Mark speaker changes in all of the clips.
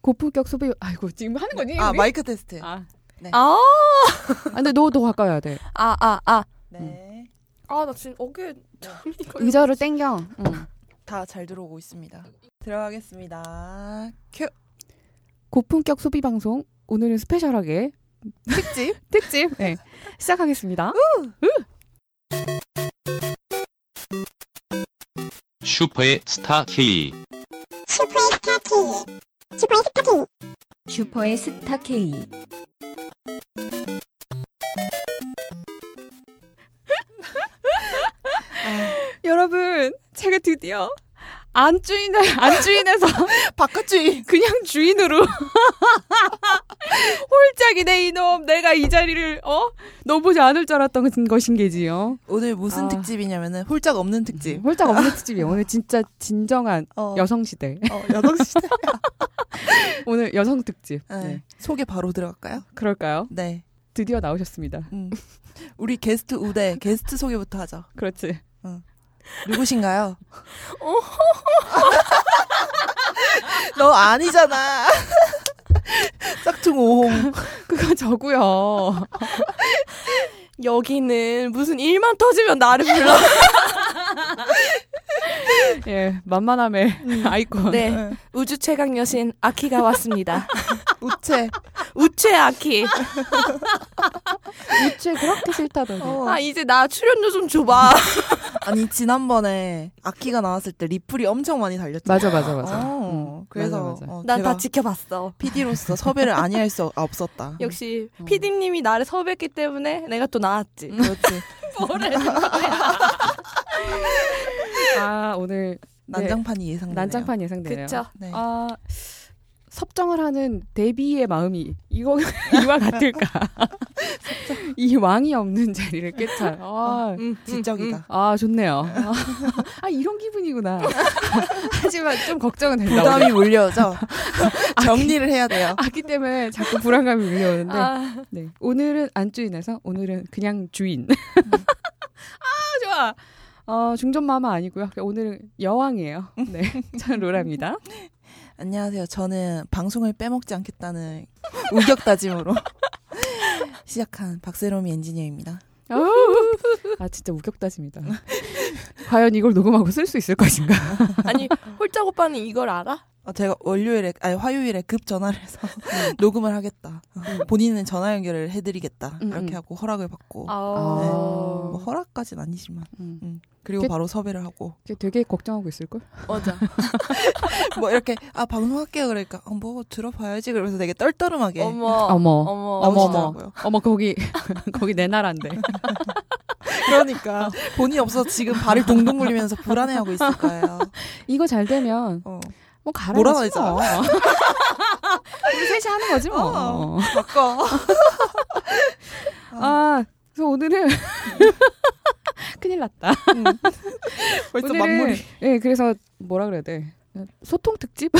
Speaker 1: 고품격 소비 아이고 지금 하는 거니?
Speaker 2: 아
Speaker 1: 우리?
Speaker 2: 마이크 테스트.
Speaker 1: 아.
Speaker 3: 아,
Speaker 1: 아, 근데 너 더 가까이 와야 돼.
Speaker 3: 아, 아, 아.
Speaker 2: 네.
Speaker 3: 아, 나 지금 어깨 참 이거.
Speaker 1: 의자를 땡겨. 그러니까. 응.
Speaker 2: 다 잘 들어오고 있습니다. 들어가겠습니다. 큐.
Speaker 1: 고품격 소비 방송 오늘은 스페셜하게
Speaker 2: 특집.
Speaker 1: 특집 어? 네. 시작하겠습니다.
Speaker 4: 슈퍼의 스타 K.
Speaker 5: 슈퍼의 스타 K.
Speaker 1: 여러분 제가 드디어 안 주인 안 주인에서
Speaker 2: 바깥주의.
Speaker 1: 그냥 주인으로 홀짝이네 이놈 내가 이 자리를 어 넘보지 않을 줄 알았던 것인 게지요.
Speaker 2: 오늘 무슨
Speaker 1: 아.
Speaker 2: 특집이냐면은 홀짝 없는 특집.
Speaker 1: 홀짝 없는 특집이 오늘 진짜 진정한
Speaker 2: 어.
Speaker 1: 여성 시대.
Speaker 2: 어, 여덟 시대.
Speaker 1: 오늘 여성 특집.
Speaker 2: 네.
Speaker 1: 네.
Speaker 2: 소개 바로 들어갈까요?
Speaker 1: 그럴까요?
Speaker 2: 네.
Speaker 1: 드디어 나오셨습니다.
Speaker 2: 음. 우리 게스트 우대 게스트 소개부터 하죠.
Speaker 1: 그렇지.
Speaker 2: 누구신가요? 너 아니잖아. 짝퉁 오홍.
Speaker 1: 그거 저고요.
Speaker 3: 여기는 네, 무슨 일만 터지면 나를 불러.
Speaker 1: 예, 만만함의 아이콘.
Speaker 3: 네.
Speaker 2: 응.
Speaker 3: 우주 최강 여신 아키가 왔습니다.
Speaker 2: 우체.
Speaker 3: 우체 아키.
Speaker 1: 우체 그렇게 싫다더니.
Speaker 2: 어.
Speaker 3: 아, 이제 나 출연료 좀 줘봐.
Speaker 2: 아니 지난번에 아키가 나왔을 때 리플이 엄청 많이 달렸잖아.
Speaker 1: 맞아, 맞아, 맞아.
Speaker 2: 어,
Speaker 1: 음,
Speaker 2: 그래서
Speaker 1: 맞아, 맞아.
Speaker 2: 어,
Speaker 3: 난
Speaker 2: 제가
Speaker 3: 다 지켜봤어.
Speaker 2: PD로서 섭외를 아니할 수 없- 없었다.
Speaker 6: 네.
Speaker 3: 역시 피디님이 나를 섭외했기 때문에 내가 또 나왔지.
Speaker 2: 그렇지.
Speaker 3: 음. 뭐래.
Speaker 1: 아, 오늘
Speaker 2: 난장판이 예상되네요.
Speaker 1: 난장판 예상되네요.
Speaker 3: 그쵸.
Speaker 2: 네.
Speaker 1: 아, 섭정을 하는 데비의 마음이 이거 이와 같을까? 이 왕이 없는 자리를 꿰찰. 아,
Speaker 3: 음, 음,
Speaker 2: 지적이다.
Speaker 3: 음.
Speaker 1: 아 좋네요. 아, 아, 이런 기분이구나. 하지만 좀 걱정은 된다. 오늘.
Speaker 2: 부담이 몰려오죠. 정리를 해야 돼요.
Speaker 1: 아기 때문에 자꾸 불안감이 밀려오는데
Speaker 3: 아,
Speaker 1: 네. 오늘은 안 주인에서 오늘은 그냥 주인. 아 좋아. 어, 중전 마마 아니고요. 오늘은 여왕이에요. 네, 전 로라입니다.
Speaker 2: 안녕하세요. 저는 방송을 빼먹지 않겠다는 우격다짐으로 시작한 박세롬이 엔지니어입니다.
Speaker 1: 아우. 아 진짜 우격다집니다. 과연 이걸 녹음하고 쓸 수 있을 것인가?
Speaker 3: 아니, 홀짝 오빠는 이걸 알아?
Speaker 2: 어, 제가 월요일에 아니 화요일에 급 전화를 해서 녹음을 하겠다. 본인은 전화 연결을 해드리겠다.
Speaker 1: 음,
Speaker 2: 이렇게
Speaker 1: 음.
Speaker 2: 하고 허락을 받고
Speaker 1: 아.
Speaker 3: 어.
Speaker 2: 뭐 허락까진 아니지만
Speaker 1: 음.
Speaker 2: 그리고
Speaker 1: 그-
Speaker 2: 바로 섭외를 하고
Speaker 1: 걔 되게 걱정하고 있을 걸.
Speaker 3: 맞아.
Speaker 2: 뭐 이렇게 아 방송할게요 그러니까 어, 뭐 들어봐야지 그러면서 되게 떨떠름하게
Speaker 3: 어머.
Speaker 1: 어머.
Speaker 3: 예. 어머.
Speaker 1: 어머.
Speaker 2: 나오시더라고요.
Speaker 1: 어머 거기 거기 내 나라인데.
Speaker 2: 그러니까 본인 없어 서 지금 발을 동동 굴리면서 불안해하고 있을 거예요.
Speaker 1: 이거 잘 되면
Speaker 2: 어.
Speaker 1: 뭐 가라.
Speaker 2: 몰아내자.
Speaker 1: 우리 셋이 하는 거지 뭐.
Speaker 2: 어. 바꿔.
Speaker 1: 아 그래서 오늘은 큰일 났다.
Speaker 2: 음. 벌써 맞물이.
Speaker 1: 네, 그래서 뭐라 그래야 돼? 소통 특집?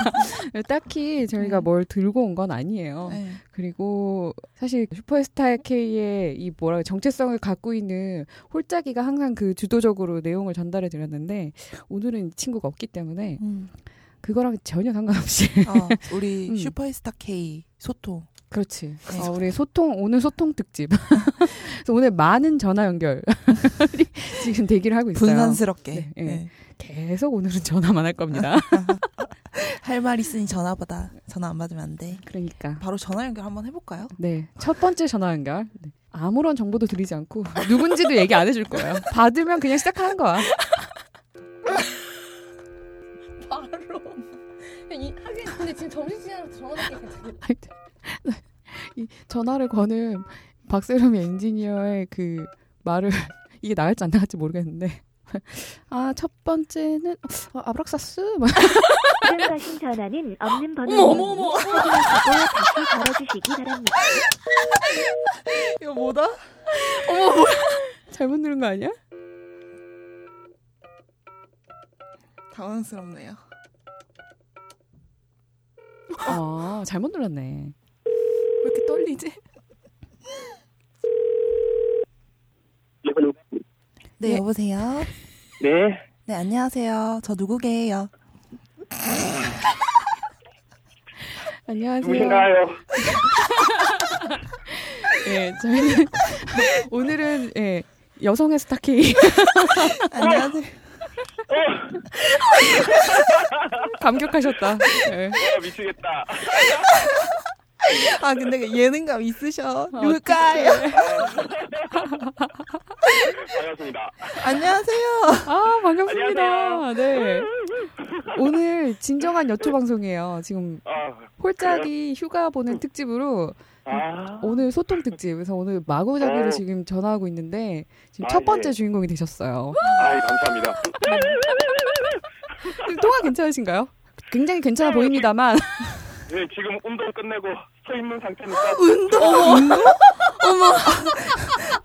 Speaker 1: 딱히 저희가
Speaker 2: 음.
Speaker 1: 뭘 들고 온 건 아니에요.
Speaker 2: 네.
Speaker 1: 그리고 사실 슈퍼스타 K의 이 뭐라 그래, 정체성을 갖고 있는 홀짝이가 항상 그 주도적으로 내용을 전달해 드렸는데 오늘은 이 친구가 없기 때문에
Speaker 2: 음.
Speaker 1: 그거랑 전혀 상관없이
Speaker 2: 아, 우리
Speaker 1: 음.
Speaker 2: 슈퍼스타 K 소통.
Speaker 1: 그렇지.
Speaker 2: 네.
Speaker 1: 어, 우리 소통 오늘 소통 특집. 그래서 오늘 많은 전화 연결 지금 대기를 하고 있어요.
Speaker 2: 분산스럽게.
Speaker 1: 네, 예.
Speaker 2: 네.
Speaker 1: 계속 오늘은 전화만 할 겁니다.
Speaker 2: 할 말 있으니 전화받아. 전화 안 받으면 안 돼.
Speaker 1: 그러니까.
Speaker 2: 바로 전화 연결 한번 해볼까요?
Speaker 1: 네. 첫 번째 전화 연결. 네. 아무런 정보도 드리지 않고 누군지도 얘기 안 해줄 거예요. 받으면 그냥 시작하는 거야.
Speaker 3: 바로. 이, 하긴 근데 지금 점심시간으로 전화받기 괜찮아.
Speaker 1: 이 전화를 거는 박세롬 엔지니어의 그 말을 이게 나갈지 안 나갈지 모르겠는데 아 첫 번째는 어, 아브락사스 막
Speaker 7: 지금 가신 전화는 없는 번호로
Speaker 3: 어머, 어머, 어머.
Speaker 7: 확인하시고 다시 걸어주시기 바랍니다.
Speaker 2: 이거 뭐다?
Speaker 1: 잘못 누른 거 아니야?
Speaker 2: 당황스럽네요.
Speaker 1: 아 잘못 눌렀네.
Speaker 3: 왜 이렇게 떨리지?
Speaker 2: 네, 여보세요.
Speaker 6: 네,
Speaker 2: 네, 안녕하세요. 저 누구게요?
Speaker 1: 안녕하세요.
Speaker 8: 누구신가요?
Speaker 1: 예, 저희는 오늘은 예, 여성의 스타킹
Speaker 2: 안녕하세요.
Speaker 1: 감격하셨다. 예.
Speaker 8: 와 미치겠다.
Speaker 2: 아 근데 예능감 있으셔.
Speaker 1: 아,
Speaker 2: 누굴까요?
Speaker 8: 반갑습니다.
Speaker 2: 안녕하세요.
Speaker 1: 아 반갑습니다.
Speaker 8: 안녕하세요.
Speaker 1: 네. 오늘 진정한 여초 방송이에요. 지금
Speaker 8: 아,
Speaker 1: 홀짝이 휴가 보낸 특집으로
Speaker 8: 아,
Speaker 1: 오늘 소통 특집. 그래서 오늘 마구잡이로
Speaker 8: 어.
Speaker 1: 지금 전화하고 있는데 지금
Speaker 8: 아,
Speaker 1: 첫 번째
Speaker 8: 예.
Speaker 1: 주인공이 되셨어요.
Speaker 8: 아이, 감사합니다.
Speaker 1: 지금 통화 괜찮으신가요? 굉장히 괜찮아 보입니다만
Speaker 8: 네, 지금 운동 끝내고 서 있는 상태니까
Speaker 2: 운동. 어머. 어머.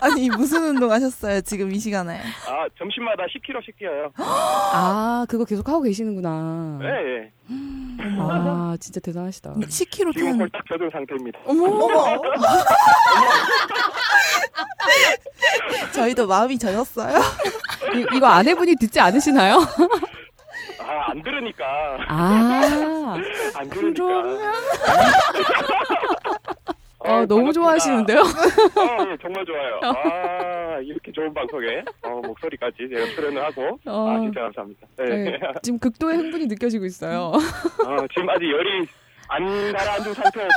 Speaker 2: 아니 무슨 운동 하셨어요 지금 이 시간에?
Speaker 8: 아 점심마다 10kg씩 뛰어요.
Speaker 1: 아 그거 계속 하고 계시는구나.
Speaker 8: 네, 예.
Speaker 1: 아 진짜 대단하시다.
Speaker 2: 10kg
Speaker 8: 지금
Speaker 2: 뛰는.
Speaker 8: 홀딱 젖은 상태입니다.
Speaker 2: 음, 어머. 어머. 저희도 마음이 젖었어요.
Speaker 1: 이, 이거 아내분이 듣지 않으시나요?
Speaker 8: 아, 안 들으니까.
Speaker 1: 아,
Speaker 8: 안 그러니까. 들으니까.
Speaker 1: 어, 너무 좋아하시는데요?
Speaker 8: 아, 예, 정말 좋아요. 아, 이렇게 좋은 방송에 어, 목소리까지 제가 출연을 하고
Speaker 1: 어.
Speaker 8: 아, 진짜 감사합니다. 네.
Speaker 1: 네, 지금 극도의 흥분이 느껴지고 있어요.
Speaker 8: 어, 지금 아직 열이 안 가라앉은 상태여서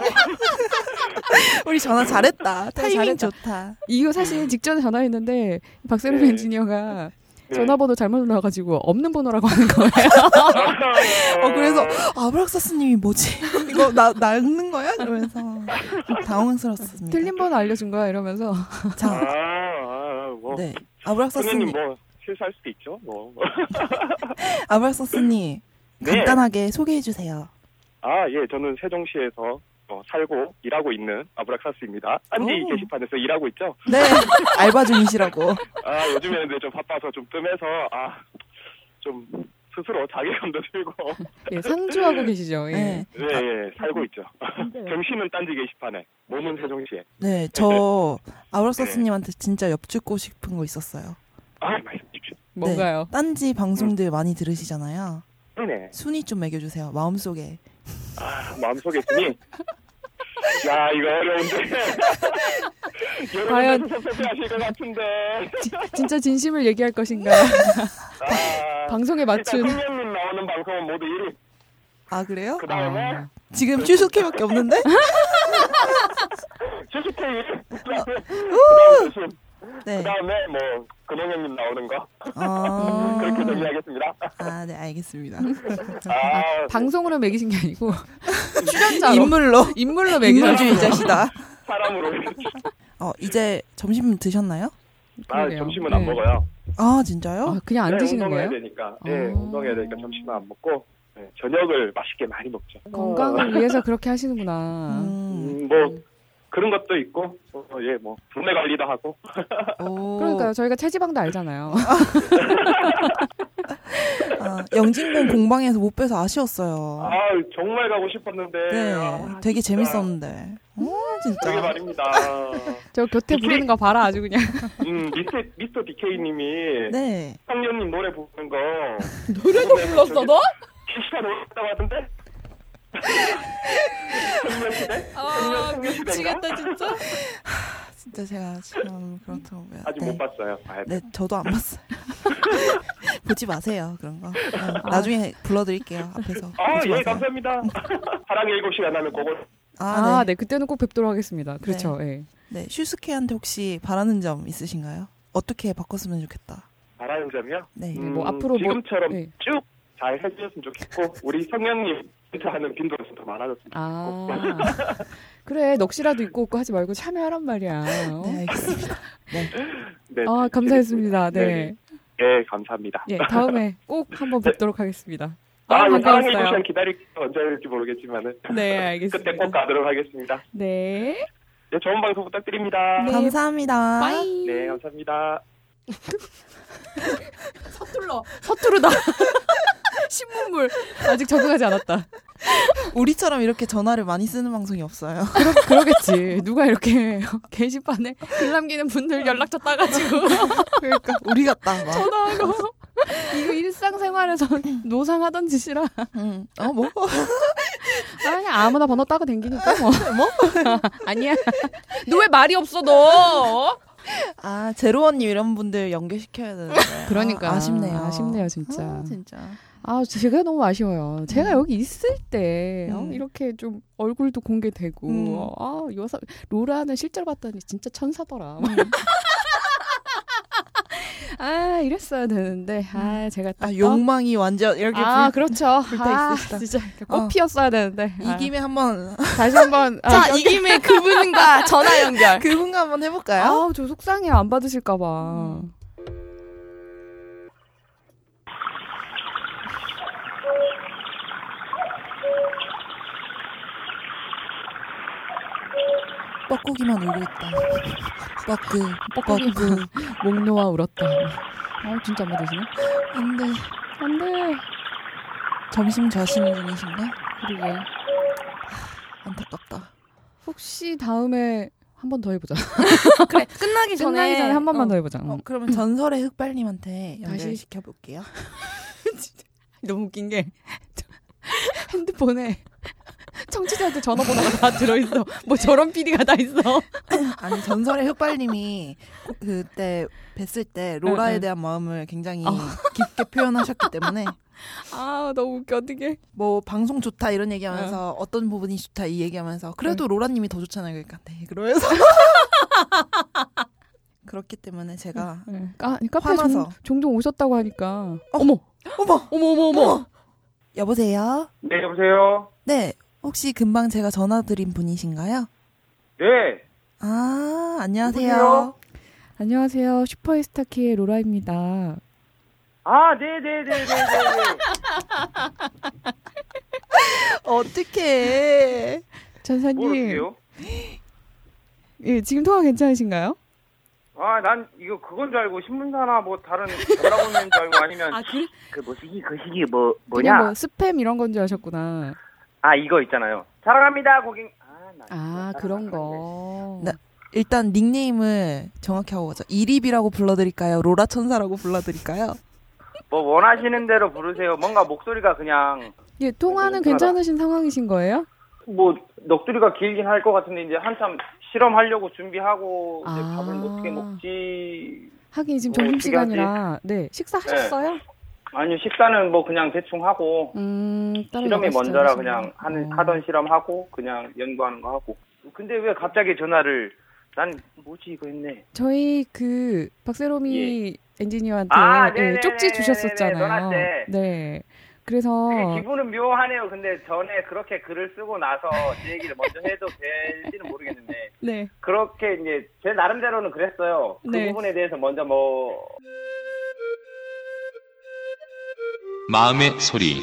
Speaker 2: 우리 전화 네, 잘했다. 타이밍
Speaker 1: 잘했다.
Speaker 2: 좋다.
Speaker 1: 이거 사실 직전에 전화했는데 박세롬
Speaker 8: 네.
Speaker 1: 엔지니어가
Speaker 8: 네.
Speaker 1: 전화번호 잘못 올라가지고 없는 번호라고 하는 거예요.
Speaker 2: 어 그래서 아브락사스님이 뭐지? 이거 나 낚는 거야? 이러면서 당황스럽습니다.
Speaker 1: 틀린 번호 알려준 거야 이러면서
Speaker 8: 아,
Speaker 2: 자,
Speaker 8: 아, 뭐
Speaker 2: 네
Speaker 8: 선생님
Speaker 2: 아브락사스님,
Speaker 8: 뭐 실수할 수도 있죠. 뭐.
Speaker 2: 아브락사스님
Speaker 8: 네.
Speaker 2: 간단하게 소개해 주세요.
Speaker 8: 아, 예, 저는 세종시에서 어, 살고 일하고 있는 아브락사스입니다. 안디
Speaker 2: 오.
Speaker 8: 게시판에서 일하고 있죠.
Speaker 2: 네 알바 중이시라고.
Speaker 8: 아, 요즘에는 근데 좀 바빠서 좀 뜸해서 아, 좀 스스로 자괴감도 들고
Speaker 1: 예, 상주하고 계시죠. 예.
Speaker 2: 네,
Speaker 8: 네, 예, 살고 있죠. 정신은 딴지 게시판에, 몸은 세종시에.
Speaker 2: 네저 아브락사스님한테 진짜 엽 죽고 싶은 거 있었어요.
Speaker 8: 아, 말씀주십시오.
Speaker 1: 뭔가요?
Speaker 2: 네, 딴지 방송들 많이 들으시잖아요.
Speaker 8: 네네.
Speaker 2: 순위 좀 매겨주세요. 마음속에.
Speaker 8: 아, 마음속에 있으니. 야, 이거 어려운데.
Speaker 1: 과연-
Speaker 8: 여러분들 섭섭해하실 것 같은데.
Speaker 1: 지- 진짜 진심을 얘기할 것인가?
Speaker 8: 아,
Speaker 1: 방송에 맞춘
Speaker 8: 일단 성년님 나오는 방송은 모두 1위.
Speaker 2: 아 그래요?
Speaker 8: 그 다음에
Speaker 1: 아.
Speaker 2: 지금 슈스케밖에 없는데?
Speaker 8: 슈슈케 1위. 그 다음에
Speaker 2: 네.
Speaker 8: 그 다음에 뭐 근홍형님 나오는 거
Speaker 1: 아.
Speaker 2: 어...
Speaker 8: 그렇게 정리하겠습니다.
Speaker 2: 아, 네 알겠습니다.
Speaker 8: 아,
Speaker 1: 방송으로 매기신 게 아니고 출연자로
Speaker 2: 인물로
Speaker 1: 인물로 매기셨어요.
Speaker 2: 인물주의자시다.
Speaker 8: 사람으로.
Speaker 2: 어, 이제 점심 드셨나요?
Speaker 8: 아
Speaker 1: 그러게요.
Speaker 8: 점심은 안
Speaker 1: 네.
Speaker 8: 먹어요.
Speaker 2: 아, 진짜요?
Speaker 1: 아, 그냥 안
Speaker 8: 네,
Speaker 1: 드시는
Speaker 8: 운동해야
Speaker 1: 거예요?
Speaker 8: 되니까. 예,
Speaker 1: 아.
Speaker 8: 운동해야 되니까 점심은 안 먹고 네, 저녁을 맛있게 많이 먹죠.
Speaker 1: 어.
Speaker 8: 어,
Speaker 1: 건강을 위해서 그렇게 하시는구나.
Speaker 2: 음,
Speaker 8: 음, 뭐 그런 것도 있고 어, 예뭐 분내 관리도 하고.
Speaker 2: 오.
Speaker 1: 그러니까요. 저희가 체지방도 알잖아요.
Speaker 2: 아, 영진공 공방에서 못 빼서 아쉬웠어요.
Speaker 8: 아 정말 가고 싶었는데.
Speaker 2: 네,
Speaker 8: 아,
Speaker 2: 되게
Speaker 8: 진짜. 아,
Speaker 2: 재밌었는데. 오,
Speaker 8: 그게
Speaker 2: 진짜.
Speaker 8: 말입니다.
Speaker 1: 저 곁에
Speaker 2: 네.
Speaker 1: 부르는 거 봐라 아주 그냥.
Speaker 8: 음, 미스터, 미스터 DK님이
Speaker 2: 네.
Speaker 8: 성년님 노래 부르는 거.
Speaker 1: 노래도 불렀어 너?
Speaker 8: 실시간 올랐다고 하던데?
Speaker 1: 아
Speaker 8: 미치겠다,
Speaker 1: 진짜.
Speaker 2: 진짜 제가 지금 그렇다고 봐요.
Speaker 8: 아직
Speaker 2: 네.
Speaker 8: 못 봤어요. 아,
Speaker 2: 네, 저도 안 봤어요. 보지 마세요, 그런 거. 네,
Speaker 1: 아.
Speaker 2: 나중에 불러드릴게요, 앞에서.
Speaker 8: 아,
Speaker 2: 보지
Speaker 8: 예,
Speaker 2: 마세요.
Speaker 8: 감사합니다. 사랑 일곱 시간 하면 그거
Speaker 2: 아,
Speaker 1: 아,
Speaker 2: 네.
Speaker 1: 네. 그때는 꼭 뵙도록 하겠습니다. 그렇죠. 예.
Speaker 2: 네, 슈스케한테 혹시 바라는 점 있으신가요? 어떻게 바꿨으면 좋겠다.
Speaker 8: 바라는 점이요.
Speaker 2: 네.
Speaker 1: 음. 뭐 앞으로 뭐-
Speaker 8: 지금처럼
Speaker 1: 네.
Speaker 8: 쭉 잘 해주셨으면 좋겠고 우리 성향님 하는 빈도가 더 많아졌으면
Speaker 1: 아. 그래. 넋이라도 있고 없고 하지 말고 참여하란 말이야. 어?
Speaker 2: 네, 알겠습니다.
Speaker 8: 네,
Speaker 1: 아, 감사했습니다. 네.
Speaker 8: 예, 감사합니다.
Speaker 1: 예, 다음에 꼭 한번 뵙도록 하겠습니다.
Speaker 8: 아,
Speaker 1: 아,
Speaker 8: 아 사랑 일곱 시간
Speaker 1: 반가웠어요.
Speaker 8: 기다릴지 언제 할지 모르겠지만은
Speaker 1: 네,
Speaker 8: 그때 꼭
Speaker 1: 알겠습니다.
Speaker 8: 가도록 하겠습니다.
Speaker 1: 네.
Speaker 8: 네, 좋은 방송 부탁드립니다.
Speaker 1: 네.
Speaker 2: 감사합니다.
Speaker 1: 빠이.
Speaker 8: 네 감사합니다.
Speaker 1: 서툴러. 서투르다. 신문물. 아직 적응하지 않았다.
Speaker 2: 우리처럼 이렇게 전화를 많이 쓰는 방송이 없어요.
Speaker 1: 그러, 그러겠지. 누가 이렇게 게시판에 글 남기는 분들 연락처 따가지고
Speaker 2: 그러니까 우리 같다. 막.
Speaker 1: 전화하고
Speaker 2: 음.
Speaker 1: 이거 일상생활에서 노상하던 짓이라
Speaker 2: 응. 어 뭐?
Speaker 1: 아, 그냥 아무나 번호 따고 댕기니까 뭐.
Speaker 2: 뭐?
Speaker 1: 아니야.
Speaker 3: 너 왜 말이 없어 너?
Speaker 2: 아 제로원님 이런 분들 연결시켜야 되는데.
Speaker 1: 그러니까.
Speaker 2: 아, 아쉽네요.
Speaker 1: 아쉽네요, 진짜.
Speaker 2: 아, 진짜.
Speaker 1: 아, 제가 너무 아쉬워요. 제가 여기 있을 때 어,
Speaker 2: 음.
Speaker 1: 이렇게 좀 얼굴도 공개되고
Speaker 2: 음.
Speaker 1: 아, 여사 로라는 실제로 봤더니 진짜 천사더라. 음. 아, 이랬어야 되는데 아, 제가 딱
Speaker 2: 아 욕망이 완전 이렇게
Speaker 1: 아,
Speaker 2: 불-
Speaker 1: 그렇죠.
Speaker 2: 불타
Speaker 1: 아,
Speaker 2: 있으시다.
Speaker 1: 진짜 꽃
Speaker 2: 어.
Speaker 1: 피었어야 되는데.
Speaker 2: 이 김에 한번
Speaker 1: 아, 다시 한번 아,
Speaker 3: 자, 이 김에 그분과 전화 연결.
Speaker 2: 그분과 한번 해볼까요?
Speaker 1: 아우, 저 속상해요. 음. 안 받으실까 봐.
Speaker 2: 뻐꾸기만 울고 있다. 뻐꾸
Speaker 1: 뻐꾸기.
Speaker 2: 뻐꾸
Speaker 1: 목 놓아 울었다. 아, 진짜 안 받으시네.
Speaker 2: 안돼
Speaker 1: 안 돼.
Speaker 2: 점심 자시는 중이신가?
Speaker 1: 그러게.
Speaker 2: 안타깝다.
Speaker 1: 혹시 다음에 한 번 더 해보자.
Speaker 3: 그래 끝나기 전에
Speaker 1: 끝나기 전에 한 번만 더 해보자. 음.
Speaker 2: 어, 그러면 전설의 흑발님한테 연결시켜 볼게요.
Speaker 1: 너무 웃긴 게 핸드폰에 청취자한테 전화번호가 다 들어있어. 뭐 저런 PD가 다 있어.
Speaker 2: 아니 전설의 흑발님이 고- 그때 뵀을 때
Speaker 1: 응,
Speaker 2: 로라에
Speaker 1: 응.
Speaker 2: 대한 마음을 굉장히
Speaker 1: 어.
Speaker 2: 깊게 표현하셨기 때문에
Speaker 1: 아 너무 웃겨 어떻게?
Speaker 2: 뭐 방송 좋다 이런 얘기하면서 어. 떤 부분이 좋다 이 얘기하면서 그래도 로라님이 더 좋잖아요 그러니까 네 그러면서 그렇기 때문에 제가
Speaker 1: 까 아, 카페 종,
Speaker 2: 화나서.
Speaker 1: 종종 오셨다고 하니까. 어머
Speaker 2: 어머
Speaker 1: 어머 어머 어머.
Speaker 2: 여보세요
Speaker 5: 네, 여보세요?
Speaker 2: 네 혹시 금방 제가 전화 드린 분이신가요
Speaker 5: 네.
Speaker 2: 아 안녕하세요
Speaker 5: 누구세요?
Speaker 1: 안녕하세요 슈퍼에스타키의 로라입니다.
Speaker 5: 아, 네네네네네.
Speaker 2: 어떻게
Speaker 1: 전사님
Speaker 5: 모르세요?
Speaker 1: 예 지금 통화 괜찮으신가요?
Speaker 5: 아, 난 이거 그건 줄 알고 신문사나 뭐 다른 뭐라고 있는 줄 알고 아니면
Speaker 1: 그,
Speaker 5: 그 뭐 시기 그 시기 뭐
Speaker 1: 그냥
Speaker 5: 뭐냐?
Speaker 1: 뭐 스팸 이런 건 줄 아셨구나.
Speaker 5: 아, 이거 있잖아요. 사랑합니다, 고객. 아, 나 이거
Speaker 1: 아
Speaker 5: 따라
Speaker 1: 그런
Speaker 5: 안 하는데.
Speaker 1: 거.
Speaker 2: 네. 일단 닉네임을 정확히 하고 가죠 이립이라고 불러드릴까요 로라 천사라고 불러드릴까요
Speaker 5: 뭐 원하시는 대로 부르세요. 뭔가 목소리가 그냥
Speaker 1: 예 통화는
Speaker 5: 괜찮아.
Speaker 1: 괜찮으신 상황이신 거예요?
Speaker 5: 뭐 넋두리가 길긴 할 것 같은데 이제 한참 실험하려고 준비하고 이제
Speaker 1: 아.
Speaker 5: 밥을 뭐 어떻게 먹지?
Speaker 1: 하긴 지금
Speaker 5: 어,
Speaker 1: 점심
Speaker 5: 어떻게 하지?
Speaker 1: 시간이라 네 식사 하셨어요?
Speaker 5: 아니요 식사는 뭐 그냥 대충 하고
Speaker 1: 음 따로
Speaker 5: 실험이
Speaker 1: 나가시지
Speaker 5: 먼저라
Speaker 1: 않으시나요?
Speaker 5: 그냥 하는
Speaker 1: 어.
Speaker 5: 하던 실험하고 그냥 연구하는 거 하고. 근데 왜 갑자기 전화를? 난 뭐지 이거 했네.
Speaker 1: 저희 그 박세롬이 엔지니어한테
Speaker 5: 예. 아,
Speaker 1: 예,
Speaker 5: 네네네네네.
Speaker 1: 쪽지 주셨었잖아요.
Speaker 5: 너한테.
Speaker 1: 네
Speaker 5: 되게
Speaker 1: 그래서
Speaker 5: 기분은 묘하네요. 근데 전에 그렇게 글을 쓰고 나서 제 얘기를 먼저 해도 될지는 모르겠는데
Speaker 1: 네
Speaker 5: 그렇게 이제 제 나름대로는 그랬어요. 그
Speaker 1: 네.
Speaker 5: 부분에 대해서 먼저 뭐
Speaker 4: 마음의 소리.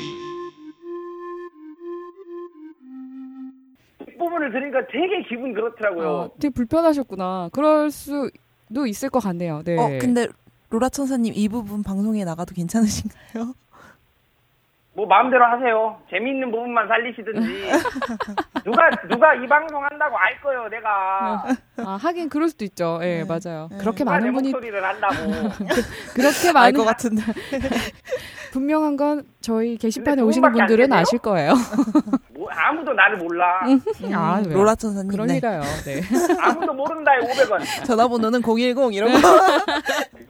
Speaker 5: 부분을 들으니까 되게 기분 그렇더라고요.
Speaker 1: 어, 되게 불편하셨구나. 그럴 수도 있을 것 같네요. 네.
Speaker 2: 어 근데 로라 천사님 이 부분 방송에 나가도 괜찮으신가요?
Speaker 5: 뭐 마음대로 하세요. 재미있는 부분만 살리시든지 누가 누가 이 방송 한다고 알 거예요. 내가
Speaker 1: 아 하긴 그럴 수도 있죠. 예
Speaker 2: 네,
Speaker 1: 맞아요.
Speaker 2: 네.
Speaker 1: 그렇게
Speaker 5: 누가 내
Speaker 1: 많은 분이
Speaker 5: 목소리를 한다고.
Speaker 1: 그렇게
Speaker 2: 알
Speaker 1: 많은 아,
Speaker 2: 것 같은데.
Speaker 1: 분명한 건 저희 게시판에
Speaker 5: 근데
Speaker 1: 오시는
Speaker 5: 그분밖에 안
Speaker 1: 분들은
Speaker 5: 계세요?
Speaker 1: 아실 거예요.
Speaker 5: 뭐 아무도 나를 몰라.
Speaker 1: 아 왜요?
Speaker 2: 음, 로라 천사님.
Speaker 1: 그럴
Speaker 2: 네.
Speaker 1: 리가요. 네.
Speaker 5: 아무도 모른다에 500원.
Speaker 2: 전화번호는 010 이런 거.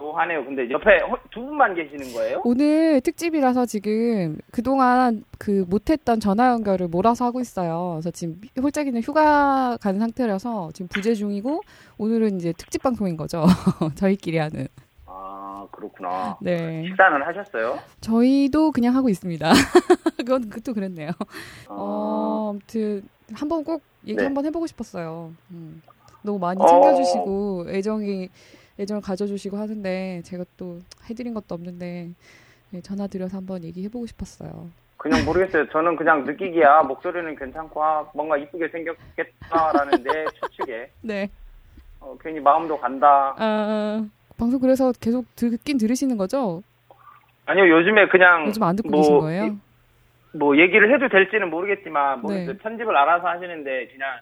Speaker 5: 묘하네요. 근데 옆에 호- 두 분만 계시는 거예요?
Speaker 1: 오늘 특집이라서 지금 그동안 그 못했던 전화 연결을 몰아서 하고 있어요. 그래서 지금 홀짝이는 휴가 간 상태라서 지금 부재 중이고 오늘은 이제 특집 방송인 거죠. 저희끼리 하는.
Speaker 5: 아 그렇구나.
Speaker 1: 네.
Speaker 5: 식사는 하셨어요?
Speaker 1: 저희도 그냥 하고 있습니다. 그건 그것도 그랬네요.
Speaker 5: 어...
Speaker 1: 어, 아무튼 한번 꼭 얘기
Speaker 5: 네.
Speaker 1: 한번 해보고 싶었어요. 음. 너무 많이
Speaker 5: 어.
Speaker 1: 챙겨주시고 애정이 애정을 가져주시고 하는데 제가 또 해드린 것도 없는데 예, 전화 드려서 한번 얘기해보고 싶었어요.
Speaker 5: 그냥 모르겠어요. 저는 그냥 느끼기야 목소리는 괜찮고 아, 뭔가 이쁘게 생겼겠다라는 내 추측에
Speaker 1: 네.
Speaker 5: 어, 괜히 마음도 간다.
Speaker 1: 아, 방송 그래서 계속 듣긴 들으시는 거죠?
Speaker 5: 아니요 요즘에 그냥
Speaker 1: 요즘 안 듣고
Speaker 5: 뭐,
Speaker 1: 계신 거예요?
Speaker 5: 뭐 얘기를 해도 될지는 모르겠지만 뭐
Speaker 1: 네.
Speaker 5: 이제 편집을 알아서 하시는데 그냥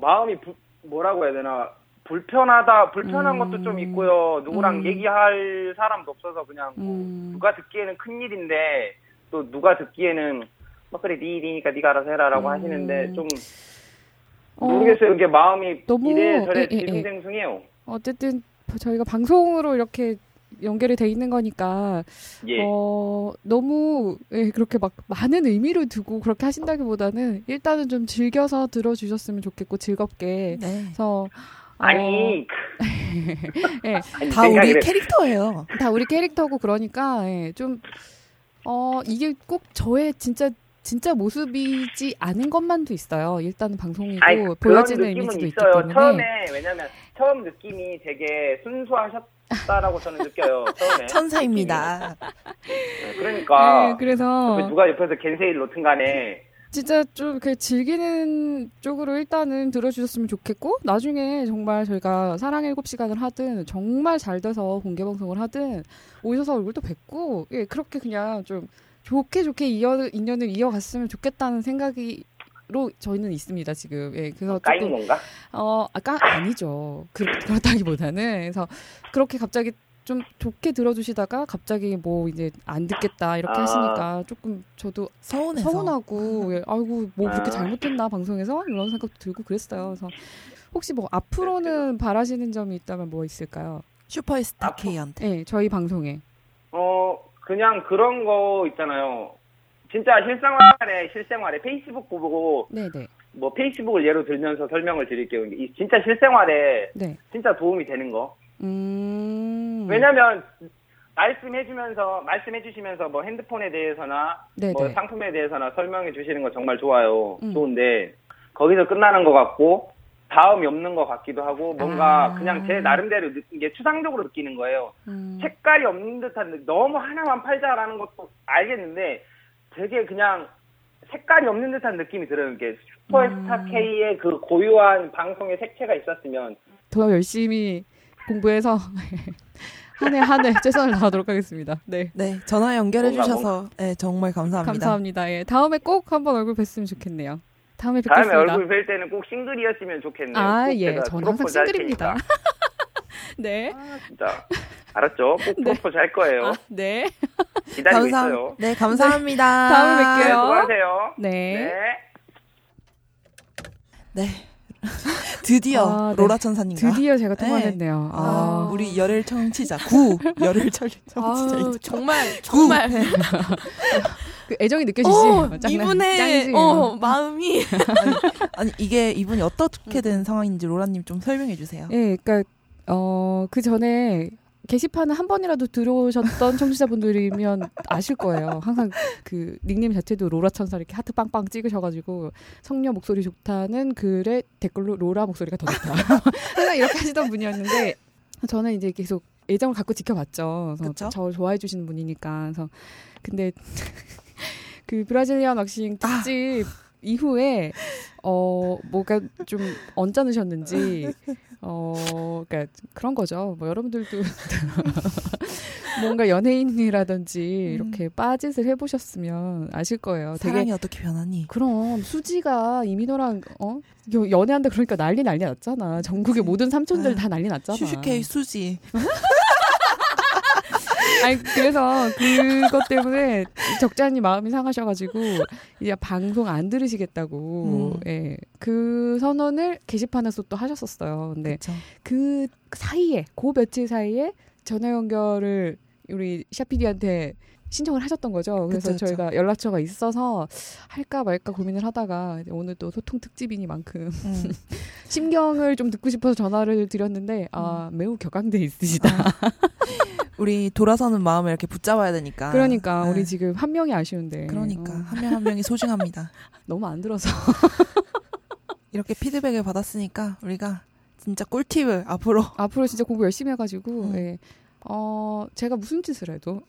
Speaker 5: 마음이 부- 뭐라고 해야 되나 불편하다 불편한
Speaker 1: 음.
Speaker 5: 것도 좀 있고요 누구랑
Speaker 1: 음.
Speaker 5: 얘기할 사람도 없어서 그냥 뭐
Speaker 1: 음.
Speaker 5: 누가 듣기에는 큰 일인데 또 누가 듣기에는 막 그래 네 일이니까 네가 알아서
Speaker 1: 음.
Speaker 5: 해라라고 하시는데 좀
Speaker 1: 어,
Speaker 5: 모르겠어요. 이게 마음이
Speaker 1: 너무-
Speaker 5: 이래저래
Speaker 1: 예, 예, 예.
Speaker 5: 뒤숭생숭해요.
Speaker 1: 어쨌든 저희가 방송으로 이렇게 연결이 돼 있는 거니까
Speaker 5: 예.
Speaker 1: 어, 너무 예, 그렇게 막 많은 의미를 두고 그렇게 하신다기보다는 일단은 좀 즐겨서 들어주셨으면 좋겠고 즐겁게
Speaker 2: 네.
Speaker 1: 그래서 어,
Speaker 5: 아니, 그,
Speaker 1: 예.
Speaker 5: 아니,
Speaker 2: 다
Speaker 5: 생각이
Speaker 2: 우리
Speaker 5: 그래.
Speaker 2: 캐릭터예요.
Speaker 1: 다 우리 캐릭터고 그러니까 예, 좀 어, 이게 꼭 저의 진짜 진짜 모습이지 않은 것만도 있어요. 일단은 방송이고
Speaker 5: 아니, 그런
Speaker 1: 보여지는
Speaker 5: 느낌은
Speaker 1: 이미지도 있기
Speaker 5: 있어요.
Speaker 1: 때문에
Speaker 5: 처음에 왜냐면 처음 느낌이 되게 순수하셨다라고 저는 느껴요. 처음에
Speaker 2: 천사입니다.
Speaker 5: 느낌이. 그러니까
Speaker 1: 예, 그래서
Speaker 5: 그 누가 옆에서 겐세일 놓든간에
Speaker 1: 진짜 좀 이렇게 즐기는 쪽으로 일단은 들어주셨으면 좋겠고 나중에 정말 저희가 사랑의 일곱 시간을 하든 정말 잘 돼서 공개 방송을 하든 오셔서 얼굴도 뵙고 예 그렇게 그냥 좀 좋게 좋게 이어 인연을 이어갔으면 좋겠다는 생각이 로 저희는 있습니다 지금 예 그래서
Speaker 5: 까인
Speaker 1: 조금
Speaker 5: 건가?
Speaker 1: 어 아까 아니죠 그, 그렇다기보다는 그래서 그렇게 갑자기 좀 좋게 들어주시다가 갑자기 뭐 이제 안 듣겠다 이렇게
Speaker 5: 아.
Speaker 1: 하시니까 조금 저도
Speaker 2: 서운해서.
Speaker 1: 서운하고 예, 아이고 뭐 그렇게
Speaker 5: 아.
Speaker 1: 잘못했나 방송에서 이런 생각도 들고 그랬어요. 그래서 혹시
Speaker 5: 네,
Speaker 1: 뭐 앞으로는 바라시는 점이 있다면 뭐 있을까요?
Speaker 2: 슈퍼스타 K한테.
Speaker 1: 네, 저희 방송에
Speaker 5: 어 그냥 그런 거 있잖아요. 진짜 실생활에 실생활에 페이스북 보고
Speaker 1: 네, 네,
Speaker 5: 뭐 페이스북을 예로 들면서 설명을 드릴게요. 이 진짜 실생활에
Speaker 1: 네.
Speaker 5: 진짜 도움이 되는 거.
Speaker 1: 음,
Speaker 5: 왜냐면 말씀해주면서 말씀해주시면서 뭐 핸드폰에 대해서나
Speaker 1: 네,
Speaker 5: 뭐
Speaker 1: 네.
Speaker 5: 상품에 대해서나 설명해 주시는 거 정말 좋아요.
Speaker 1: 음.
Speaker 5: 좋은데 거기서 끝나는 것 같고 다음이 없는 것 같기도 하고 뭔가
Speaker 1: 아.
Speaker 5: 그냥 제 나름대로 느낀 게 추상적으로 느끼는 거예요.
Speaker 1: 음,
Speaker 5: 색깔이 없는 듯한 느- 너무 하나만 팔자라는 것도 알겠는데 되게 그냥 색깔이 없는 듯한 느낌이 들어요. 이게 슈퍼스타
Speaker 1: 음.
Speaker 5: K의 그 고유한 방송의 색채가 있었으면
Speaker 1: 더 열심히 공부해서 한 해 한 해 최선을 다하도록 하겠습니다. 네.
Speaker 2: 네, 전화 연결해 주셔서 네, 정말 감사합니다.
Speaker 1: 감사합니다. 예. 다음에 꼭 한번 얼굴 뵀으면 좋겠네요. 다음에
Speaker 5: 다음에
Speaker 1: 뵙겠습니다.
Speaker 5: 얼굴 뵐 때는 꼭 싱글이었으면 좋겠네요.
Speaker 1: 아,
Speaker 5: 꼭
Speaker 1: 예.
Speaker 5: 제가
Speaker 1: 저는 항상
Speaker 5: 프로포즈 할
Speaker 1: 싱글입니다.
Speaker 5: 테니까.
Speaker 1: 네.
Speaker 5: 아, 진짜. 알았죠? 꼭 프로포즈 할 거예요.
Speaker 1: 아, 네.
Speaker 5: 기다리고
Speaker 2: 감사-
Speaker 5: 있어요.
Speaker 2: 네, 감사합니다.
Speaker 1: 다음에
Speaker 5: 네,
Speaker 1: 뵐게요.
Speaker 5: 수고하세요.
Speaker 1: 네.
Speaker 2: 네. 드디어
Speaker 1: 아, 네.
Speaker 2: 로라 천사님과
Speaker 1: 드디어 제가
Speaker 2: 네.
Speaker 1: 통화했네요.
Speaker 2: 아,
Speaker 1: 아.
Speaker 2: 우리 열혈 청취자 구 열혈 청- 청취자
Speaker 6: 아유,
Speaker 2: 있죠.
Speaker 6: 정말
Speaker 2: 구
Speaker 6: 정말
Speaker 2: 네.
Speaker 1: 그 애정이
Speaker 6: 어,
Speaker 1: 느껴지시죠?
Speaker 6: 이분의 어, 마음이
Speaker 2: 아니 이게 이분이 어떻게 된 상황인지 로라님 좀 설명해 주세요.
Speaker 1: 예, 그러니까 어, 그 전에 게시판을 한 번이라도 들어오셨던 청취자분들이면 아실 거예요. 항상 그 닉네임 자체도 로라 천사 이렇게 하트 빵빵 찍으셔가지고 성녀 목소리 좋다는 글에 댓글로 로라 목소리가 더 좋다. 항상 이렇게 하시던 분이었는데 저는 이제 계속 애정을 갖고 지켜봤죠. 그래서
Speaker 2: 그쵸?
Speaker 1: 저 좋아해 주시는 분이니까. 그래서 근데 그 브라질리안 왁싱 특집
Speaker 6: 아.
Speaker 1: 이후에 어 뭐가 좀 언짢으셨는지 어 그러니까 그런 거죠. 뭐 여러분들도 뭔가 연예인이라든지
Speaker 2: 음.
Speaker 1: 이렇게 빠짓을 해보셨으면 아실 거예요. 되게
Speaker 2: 사랑이 어떻게 변하니?
Speaker 1: 그럼 수지가 이민호랑 어 여- 연애한다 그러니까 난리 난리 났잖아. 전국의 모든 삼촌들 다 난리 났잖아.
Speaker 2: 슈슈케이 수지.
Speaker 1: 아니 그래서 그것 때문에 적잖이 마음이 상하셔가지고 이제 방송 안 들으시겠다고
Speaker 2: 음.
Speaker 1: 예, 그 선언을 게시판에서 또 하셨었어요. 근데
Speaker 2: 그쵸.
Speaker 1: 그 사이에 그 며칠 사이에 전화 연결을 우리 샤피디한테 신청을 하셨던 거죠. 그래서
Speaker 2: 그쵸, 그쵸.
Speaker 1: 저희가 연락처가 있어서 할까 말까 고민을 하다가 오늘 또 소통 특집이니만큼
Speaker 2: 음.
Speaker 1: 심경을 좀 듣고 싶어서 전화를 드렸는데 아
Speaker 2: 음.
Speaker 1: 매우 격앙돼 있으시다.
Speaker 2: 우리 돌아서는 마음을 이렇게 붙잡아야 되니까.
Speaker 1: 그러니까
Speaker 2: 네.
Speaker 1: 우리 지금 한 명이 아쉬운데.
Speaker 2: 그러니까
Speaker 1: 어,
Speaker 2: 한 명 한 명이 소중합니다.
Speaker 1: 너무 안 들어서.
Speaker 2: 이렇게 피드백을 받았으니까 우리가 진짜 꿀팁을 앞으로
Speaker 1: 앞으로 진짜 공부 열심히 해가지고.
Speaker 2: 음.
Speaker 1: 예. 어 제가 무슨 짓을 해도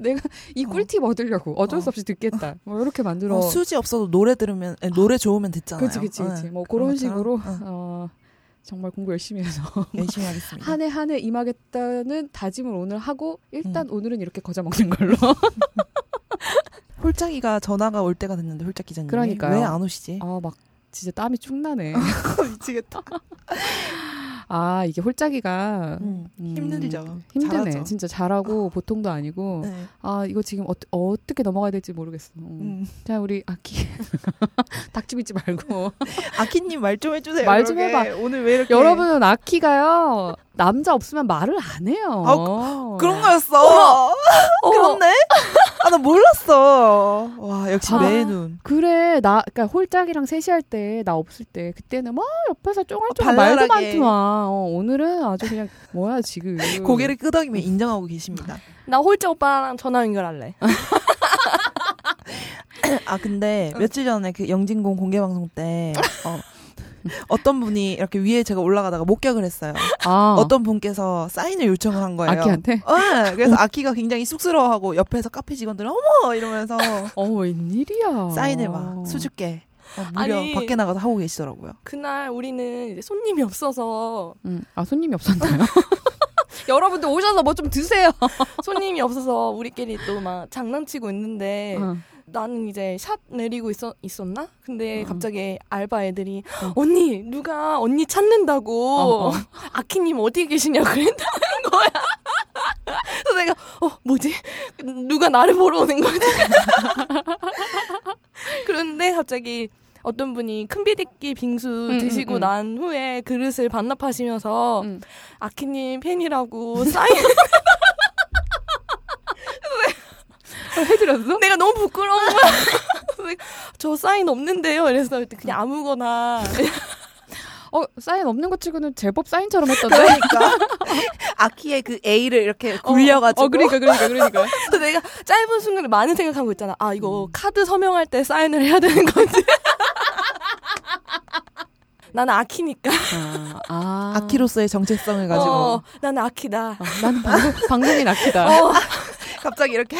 Speaker 1: 내가 이
Speaker 2: 어.
Speaker 1: 꿀팁 얻으려고 어쩔 수
Speaker 2: 어.
Speaker 1: 없이 듣겠다. 뭐 이렇게 만들어.
Speaker 2: 어, 수지 없어도 노래 들으면 아니, 노래 좋으면 듣잖아요.
Speaker 1: 그치 그치 그치.
Speaker 2: 네.
Speaker 1: 뭐 그런 식으로
Speaker 2: 것처럼, 어,
Speaker 1: 어, 정말 공부 열심히 해서
Speaker 2: 열심히 하겠습니다.
Speaker 1: 한 해 한 해 임하겠다는 다짐을 오늘 하고 일단 오늘은 이렇게 거저 먹는 걸로.
Speaker 2: 홀짝이가 전화가 올 때가 됐는데 홀짝 기자님
Speaker 1: 그러니까요.
Speaker 2: 왜 안 오시지?
Speaker 1: 아 막 진짜 땀이 축 나네.
Speaker 2: 미치겠다.
Speaker 1: 아 이게 홀짝이가
Speaker 2: 음.
Speaker 1: 음,
Speaker 2: 힘들죠.
Speaker 1: 힘드네.
Speaker 2: 잘하죠. 어.
Speaker 1: 진짜 잘하고 보통도 아니고
Speaker 2: 네.
Speaker 1: 아 이거 지금 어, 어떻게 넘어가야 될지 모르겠어. 음.
Speaker 2: 음.
Speaker 1: 자 우리 아키 닥치고 있지 말고
Speaker 2: 아키님 말 좀 해주세요.
Speaker 1: 말좀
Speaker 2: 그러게.
Speaker 1: 해봐.
Speaker 2: 오늘 왜 이렇게
Speaker 1: 여러분 아키가요 남자 없으면 말을 안 해요.
Speaker 2: 아, 그런 거였어. 그렇네. 아 나 몰랐어. 와 역시
Speaker 1: 아.
Speaker 2: 매의 눈.
Speaker 1: 그래 나 그러니까 홀짝이랑 셋이 할 때 나 없을 때 그때는 막 옆에서 쫑알쫑알
Speaker 2: 아,
Speaker 1: 말도
Speaker 2: 발랄하게.
Speaker 1: 많더만 어, 오늘은 아주 그냥 뭐야 지금
Speaker 2: 고개를 끄덕이며 인정하고 계십니다.
Speaker 6: 나 홀짝 오빠랑 전화 연결할래.
Speaker 1: 어.
Speaker 2: 아 근데
Speaker 1: 음.
Speaker 2: 며칠 전에 그 영진공 공개 방송 때 어, 어떤 분이 이렇게 위에 제가 올라가다가 목격을 했어요.
Speaker 1: 아,
Speaker 2: 어떤 분께서 사인을 요청을 한 거예요.
Speaker 1: 아키한테
Speaker 2: 예, 그래서 아키가 굉장히 쑥스러워하고 옆에서 카페 직원들 어머 이러면서
Speaker 1: 어 웬일이야
Speaker 2: 사인을 막 수줍게 어, 무려
Speaker 6: 아니.
Speaker 2: 밖에 나가서 하고 계시더라고요.
Speaker 6: 그날 우리는 이제 손님이 없어서
Speaker 1: 음, 아 손님이 없었나요?
Speaker 6: 여러분들 오셔서 뭐 좀 드세요. 손님이 없어서 우리끼리 또 막 장난치고 있는데
Speaker 1: 어.
Speaker 6: 나는 이제 샷 내리고 있었, 있었나? 근데
Speaker 1: 어.
Speaker 6: 갑자기 알바 애들이 언니 누가 언니 찾는다고
Speaker 1: 어, 어.
Speaker 6: 아키님 어디 계시냐고 그랬다는 거야. 그래서 내가 어 뭐지? 누가 나를 보러 오는 거지? 그런데 갑자기 어떤 분이 큰비디끼 빙수
Speaker 1: 음,
Speaker 6: 드시고
Speaker 1: 음, 음.
Speaker 6: 난 후에 그릇을 반납하시면서
Speaker 1: 음.
Speaker 6: 아키님 팬이라고 사인
Speaker 1: 해드렸어?
Speaker 6: 내가 너무 부끄러운 거야. 그래서 저 사인 없는데요. 이래서 그냥 아무거나
Speaker 1: 어 사인 없는 것 치고는 제법 사인처럼 했던데
Speaker 2: 그러니까 아키의 그 A를 이렇게 굴려가지고
Speaker 1: 어 그러니까 그러니까 그러니까
Speaker 6: 그래서 내가 짧은 순간에 많은 생각하고 있잖아. 아 이거 카드 서명할 때 사인을 해야 되는 건지. 나는 아키니까.
Speaker 1: 아, 아.
Speaker 2: 아키로서의 정체성을 가지고
Speaker 6: 어, 나는 아키다.
Speaker 1: 어, 나는 방송 방송인 아키다
Speaker 6: 어,
Speaker 2: 갑자기 이렇게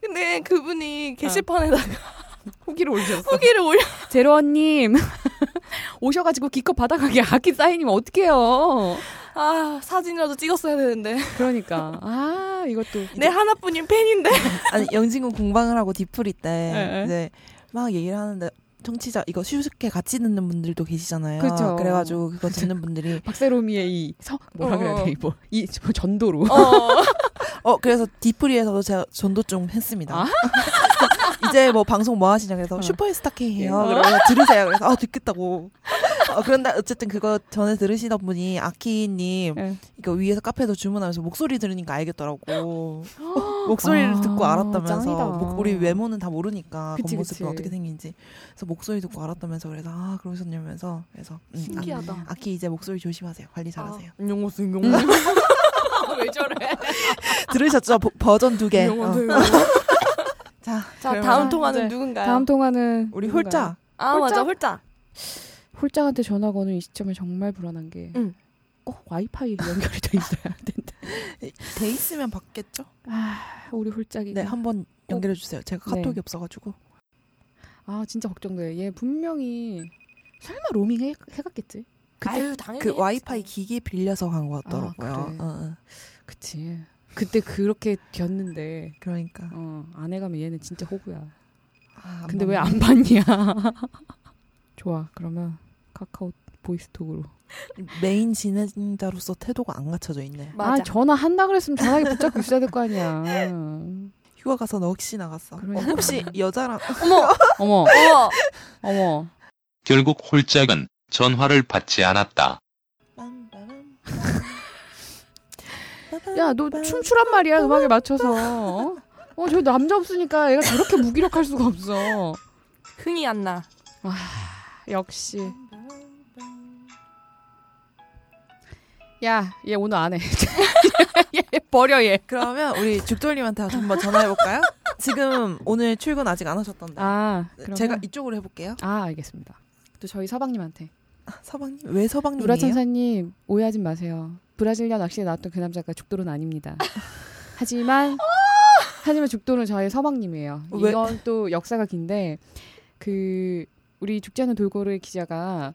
Speaker 6: 근데 그분이 게시판에다가
Speaker 1: 후기를 올렸어
Speaker 6: 후기를 올려.
Speaker 1: 제로언님 오셔가지고 기껏 받아가게 아키 사인이면 어떡해요
Speaker 6: 아 사진이라도 찍었어야 되는데.
Speaker 1: 그러니까 아 이것도
Speaker 6: 내 하나뿐인 팬인데.
Speaker 2: 아니 영진군 공방을 하고 디프리
Speaker 1: 네.
Speaker 2: 때 이제 막 얘기를 하는데 청취자 이거 쉽게 같이 듣는 분들도 계시잖아요.
Speaker 1: 그쵸.
Speaker 2: 래가지고 그거 듣는 분들이
Speaker 1: 박세롬이의 이 서, 뭐라 그래야 돼 이거 이뭐 전도로
Speaker 6: 어.
Speaker 2: 어 그래서 디프리에서도 제가 전도 좀 했습니다.
Speaker 1: 아.
Speaker 2: 이제 뭐 방송 뭐 하시냐 그래서
Speaker 1: 어.
Speaker 2: 슈퍼스타 K
Speaker 1: 어.
Speaker 2: 해요. 그래서 들으세요. 그래서 아 듣겠다고. 어, 그런데 어쨌든 그거 전에 들으시던 분이 아키님
Speaker 1: 예.
Speaker 2: 이거 위에서 카페에서 주문하면서 목소리 들으니까 알겠더라고. 어, 목소리를
Speaker 1: 아,
Speaker 2: 듣고 알았다면서
Speaker 1: 짱이다.
Speaker 2: 목- 우리 외모는 다 모르니까
Speaker 1: 그치,
Speaker 2: 겉모습이
Speaker 1: 그치.
Speaker 2: 어떻게 생긴지. 그래서 목소리 듣고 알았다면서 그래서 아 그러셨냐면서 그래서 음,
Speaker 6: 신기하다.
Speaker 2: 아, 키 이제 목소리 조심하세요. 관리 잘하세요.
Speaker 1: 아.
Speaker 6: 용호승 용호. 왜 저래?
Speaker 2: 들으셨죠? 버- 버전 두 개. 어.
Speaker 6: 용호승.
Speaker 2: 자,
Speaker 6: 자
Speaker 2: 그러면
Speaker 6: 다음
Speaker 1: 아,
Speaker 6: 통화는
Speaker 1: 이제
Speaker 6: 누군가요?
Speaker 1: 아, 다음 통화는
Speaker 2: 우리
Speaker 1: 누군가요?
Speaker 2: 홀짝
Speaker 6: 아 맞아 홀짝.
Speaker 1: 홀짝한테 전화 거는 이 시점에 정말 불안한 게 꼭
Speaker 6: 응.
Speaker 1: 와이파이 연결이 돼 있어야 된다.
Speaker 2: 돼 있으면 받겠죠?
Speaker 1: 아, 우리 홀짝이.
Speaker 2: 네, 한번 연결해 주세요. 제가 카톡이
Speaker 1: 네.
Speaker 2: 없어가지고.
Speaker 1: 아, 진짜 걱정돼. 얘 분명히 설마 로밍 해, 해갔겠지? 그때-
Speaker 6: 아유 당연히.
Speaker 2: 그 와이파이 기기 빌려서 간 것 같더라고요.
Speaker 1: 아, 그래.
Speaker 2: 어, 어.
Speaker 1: 그치. 그때 그렇게 되었는데
Speaker 2: 그러니까.
Speaker 1: 어, 안 해가면 얘는 진짜 호구야.
Speaker 2: 아,
Speaker 1: 근데
Speaker 2: 맞네.
Speaker 1: 왜 안 받냐? 좋아. 그러면 카카오 보이스톡으로.
Speaker 2: 메인 진행자로서 태도가 안 갖춰져 있네.
Speaker 6: 맞아.
Speaker 1: 아, 전화 한다 그랬으면 전화기 붙잡고 있어야 될 거 아니야.
Speaker 2: 휴가 가서 너 혹시 나갔어?
Speaker 1: 그러니까.
Speaker 2: 어, 혹시 여자랑
Speaker 1: 어머,
Speaker 6: 어머.
Speaker 1: 어머.
Speaker 4: 결국 홀짝은 전화를 받지 않았다.
Speaker 1: 야, 너 춤추란 말이야, 음악에 맞춰서. 어? 어, 저 남자 없으니까 얘가 저렇게 무기력할 수가 없어.
Speaker 6: 흥이 안 나.
Speaker 1: 역시. 야, 얘 오늘 안 해. 얘 버려, 얘.
Speaker 2: 그러면 우리 죽돌님한테 다시 한번 전화해 볼까요? 지금 오늘 출근 아직 안 하셨던데.
Speaker 1: 아, 그러면?
Speaker 2: 제가 이쪽으로 해볼게요.
Speaker 1: 아, 알겠습니다. 또 저희 서방님한테.
Speaker 2: 서방님 왜 서방님이에요?
Speaker 1: 누라천사님, 오해하지 마세요. 브라질리아 낚시에 나왔던 그 남자가 죽돌은 아닙니다. 하지만, 하지만 죽돌은 저의 서방님이에요.
Speaker 2: 왜?
Speaker 1: 이건 또 역사가 긴데, 그, 우리 죽지 않은 돌고래 기자가,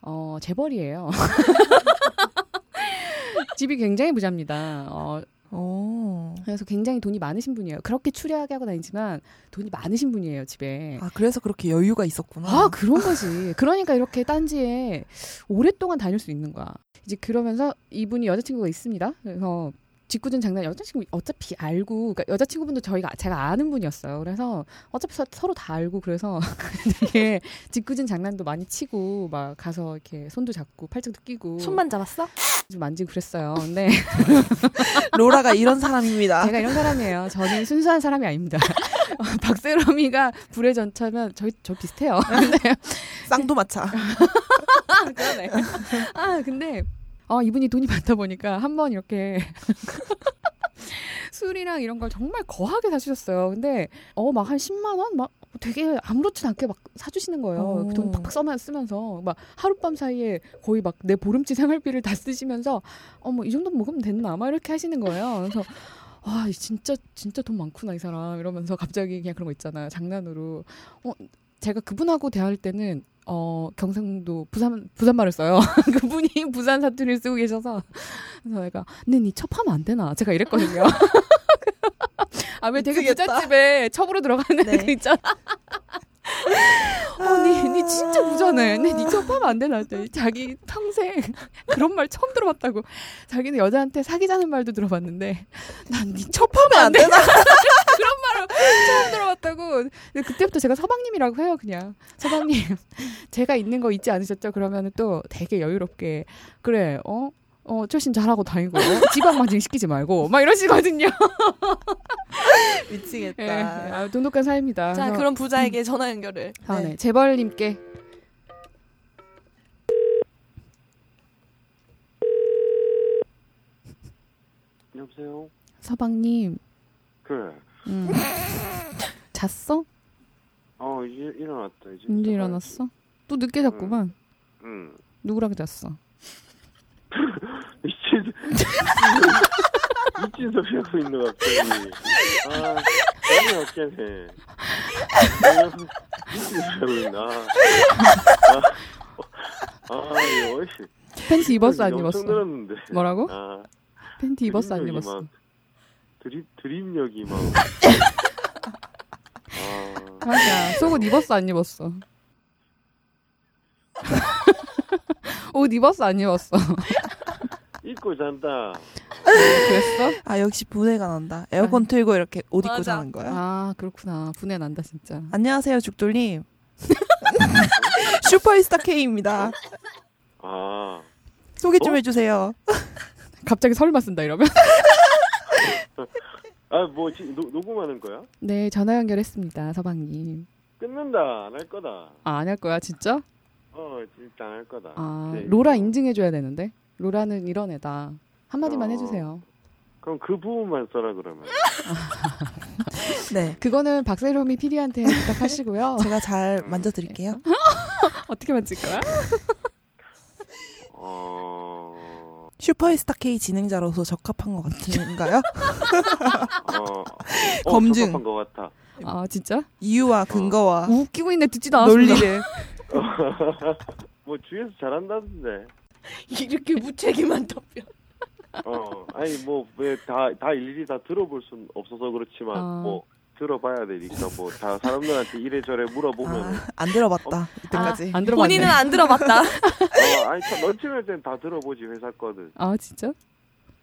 Speaker 1: 어, 재벌이에요. 집이 굉장히 부자입니다. 어,
Speaker 2: 오.
Speaker 1: 그래서 굉장히 돈이 많으신 분이에요. 그렇게 추리하게 하고 다니지만 돈이 많으신 분이에요, 집에.
Speaker 2: 아 그래서 그렇게 여유가 있었구나.
Speaker 1: 아, 그런 거지. 그러니까 이렇게 딴지에 오랫동안 다닐 수 있는 거야. 이제 그러면서 이분이 여자친구가 있습니다. 그래서 짓궂은 장난 여자친구 어차피 알고 그러니까 여자친구분도 저희가 제가 아는 분이었어요. 그래서 어차피 서, 서로 다 알고 그래서 되게 짓궂은 장난도 많이 치고 막 가서 이렇게 손도 잡고 팔짱도 끼고
Speaker 6: 손만 잡았어?
Speaker 1: 좀 만지고 그랬어요. 근데
Speaker 2: 로라가 이런 사람입니다.
Speaker 1: 그- 제가 이런 사람이에요. 저는 순수한 사람이 아닙니다. 어, 박세롬이가 불에 전차면 저희 저 비슷해요. 근데
Speaker 2: 쌍도마차.
Speaker 1: 어, 아, 그러네. 아, 근데 아, 이분이 돈이 많다 보니까 한 번 이렇게 술이랑 이런 걸 정말 거하게 사주셨어요. 근데 어 막 한 10만 원 막 되게 아무렇지도 않게 막 사주시는 거예요.
Speaker 2: 오.
Speaker 1: 그돈 팍팍 써만 쓰면서 막 하룻밤 사이에 거의 막 내 보름치 생활비를 다 쓰시면서 어머 이 정도 먹으면 됐나 막 이렇게 하시는 거예요. 그래서 와 진짜 진짜 돈 많구나 이 사람 이러면서 갑자기 그냥 그런 거 있잖아요. 장난으로 어 제가 그분하고 대화할 때는 어 경상도 부산 부산말을 써요. 그분이 부산 사투리를 쓰고 계셔서 그래서 내가 근데 니 첩하면 안 되나? 제가 이랬거든요. 아 왜 되게
Speaker 2: 미치겠다.
Speaker 1: 부잣집에 첩으로 들어가는
Speaker 2: 네.
Speaker 1: 그 있잖아. "어, 언니,
Speaker 2: 아.
Speaker 1: 니 진짜 네, 부자네. 근데 니 첩하면 안 되나 했더니 자기 평생 그런 말 처음 들어봤다고. 자기는 여자한테 사귀자는 말도 들어봤는데 난 니 첩하면 안 되나 그런 말을 처음 들어봤다고. 근데 그때부터 제가 서방님이라고 해요, 그냥. 서방님, 제가 있는 거 잊지 않으셨죠? 그러면 또 되게 여유롭게 그래, 어? 어, 출신 잘하고 다니고, 지방 만증 시키지 말고, 막 이러시거든요.
Speaker 2: 미치겠다.
Speaker 1: 예, 아, 돈독한 삶이다.
Speaker 6: 자,
Speaker 1: 그래서-
Speaker 6: 그럼 부자에게 전화 연결을.
Speaker 1: 아,
Speaker 2: 네.
Speaker 1: 네. 재벌님께.
Speaker 8: 여보세요?
Speaker 1: 서방님,
Speaker 8: 그래.
Speaker 1: 음. 잤어?
Speaker 8: 어, 이제 일어났다, 이제.
Speaker 1: 언제 일어났어? 또 늦게 잤구만.
Speaker 8: 응.
Speaker 1: 누구랑 잤어?
Speaker 8: 미친, 미친 소리 하고 있는 것 갑자기. 아, 너무 웃겠네. 미친 소리 하고 있나. 아, 아, 아, 이 어이씨.
Speaker 1: 팬티 입었어, 안
Speaker 8: 엄청
Speaker 1: 입었어?
Speaker 8: 늘었는데.
Speaker 1: 뭐라고?
Speaker 8: 아,
Speaker 1: 팬티 입었어, 안
Speaker 8: 드립력이
Speaker 1: 입었어?
Speaker 8: 막, 드립, 드립력이 막. 아,
Speaker 1: 맞아. 속옷 입었어, 안 입었어? 옷 입었어, 안 입었어?
Speaker 8: 입고 잔다.
Speaker 1: 그랬어?
Speaker 2: 아 역시 분해가 난다. 에어컨 틀고 이렇게 옷 입고
Speaker 6: 맞아.
Speaker 2: 자는 거야.
Speaker 1: 네. 아, 그렇구나. 분해 난다, 진짜.
Speaker 2: 안녕하세요 죽돌님. 슈퍼스타 K입니다.
Speaker 8: 아,
Speaker 2: 소개 좀 해주세요.
Speaker 1: 갑자기 설마 쓴다, 이러면?
Speaker 8: 아, 뭐, 지, 노, 녹음하는 거야?
Speaker 1: 네, 전화 연결했습니다, 서방님.
Speaker 8: 끊는다, 안 할 거다.
Speaker 1: 아, 안 할 거야, 진짜?
Speaker 8: 어, 진짜 안 할 거다.
Speaker 1: 아,
Speaker 8: 네.
Speaker 1: 로라 인증해줘야 되는데. 로라는 이런 애다. 한마디만
Speaker 8: 어.
Speaker 1: 해주세요.
Speaker 8: 그럼 그 부분만 써라 그러면.
Speaker 2: 네.
Speaker 1: 그거는 박세롬이 피디한테 부탁하시고요.
Speaker 2: 제가 잘 만져드릴게요.
Speaker 1: 어. 어떻게 만질 거야?
Speaker 8: 어,
Speaker 2: 슈퍼스타 K 진행자로서 적합한 것 같은가요?
Speaker 8: 어, 어
Speaker 2: 검증.
Speaker 8: 적합한 것 같아.
Speaker 1: 아, 진짜? 아,
Speaker 2: 이유와 근거와
Speaker 1: 웃기고 있네, 듣지도 않았습니다.
Speaker 2: 논리를
Speaker 8: 뭐 주위에서 잘한다던데.
Speaker 6: 이렇게 무책임한 답변.
Speaker 8: 어, 아니 뭐왜다다 일일이 다 들어볼 순 없어서 그렇지만
Speaker 1: 아.
Speaker 8: 뭐 들어봐야 되니까 뭐 다 사람들한테 이래저래 물어보면 은
Speaker 2: 아, 안 들어봤다 이때까지.
Speaker 1: 안 들어봤네.
Speaker 6: 본인은 안 들어봤다.
Speaker 8: 어, 아니 참 런칭할 땐 다 들어보지 회사 거든.
Speaker 1: 아, 진짜?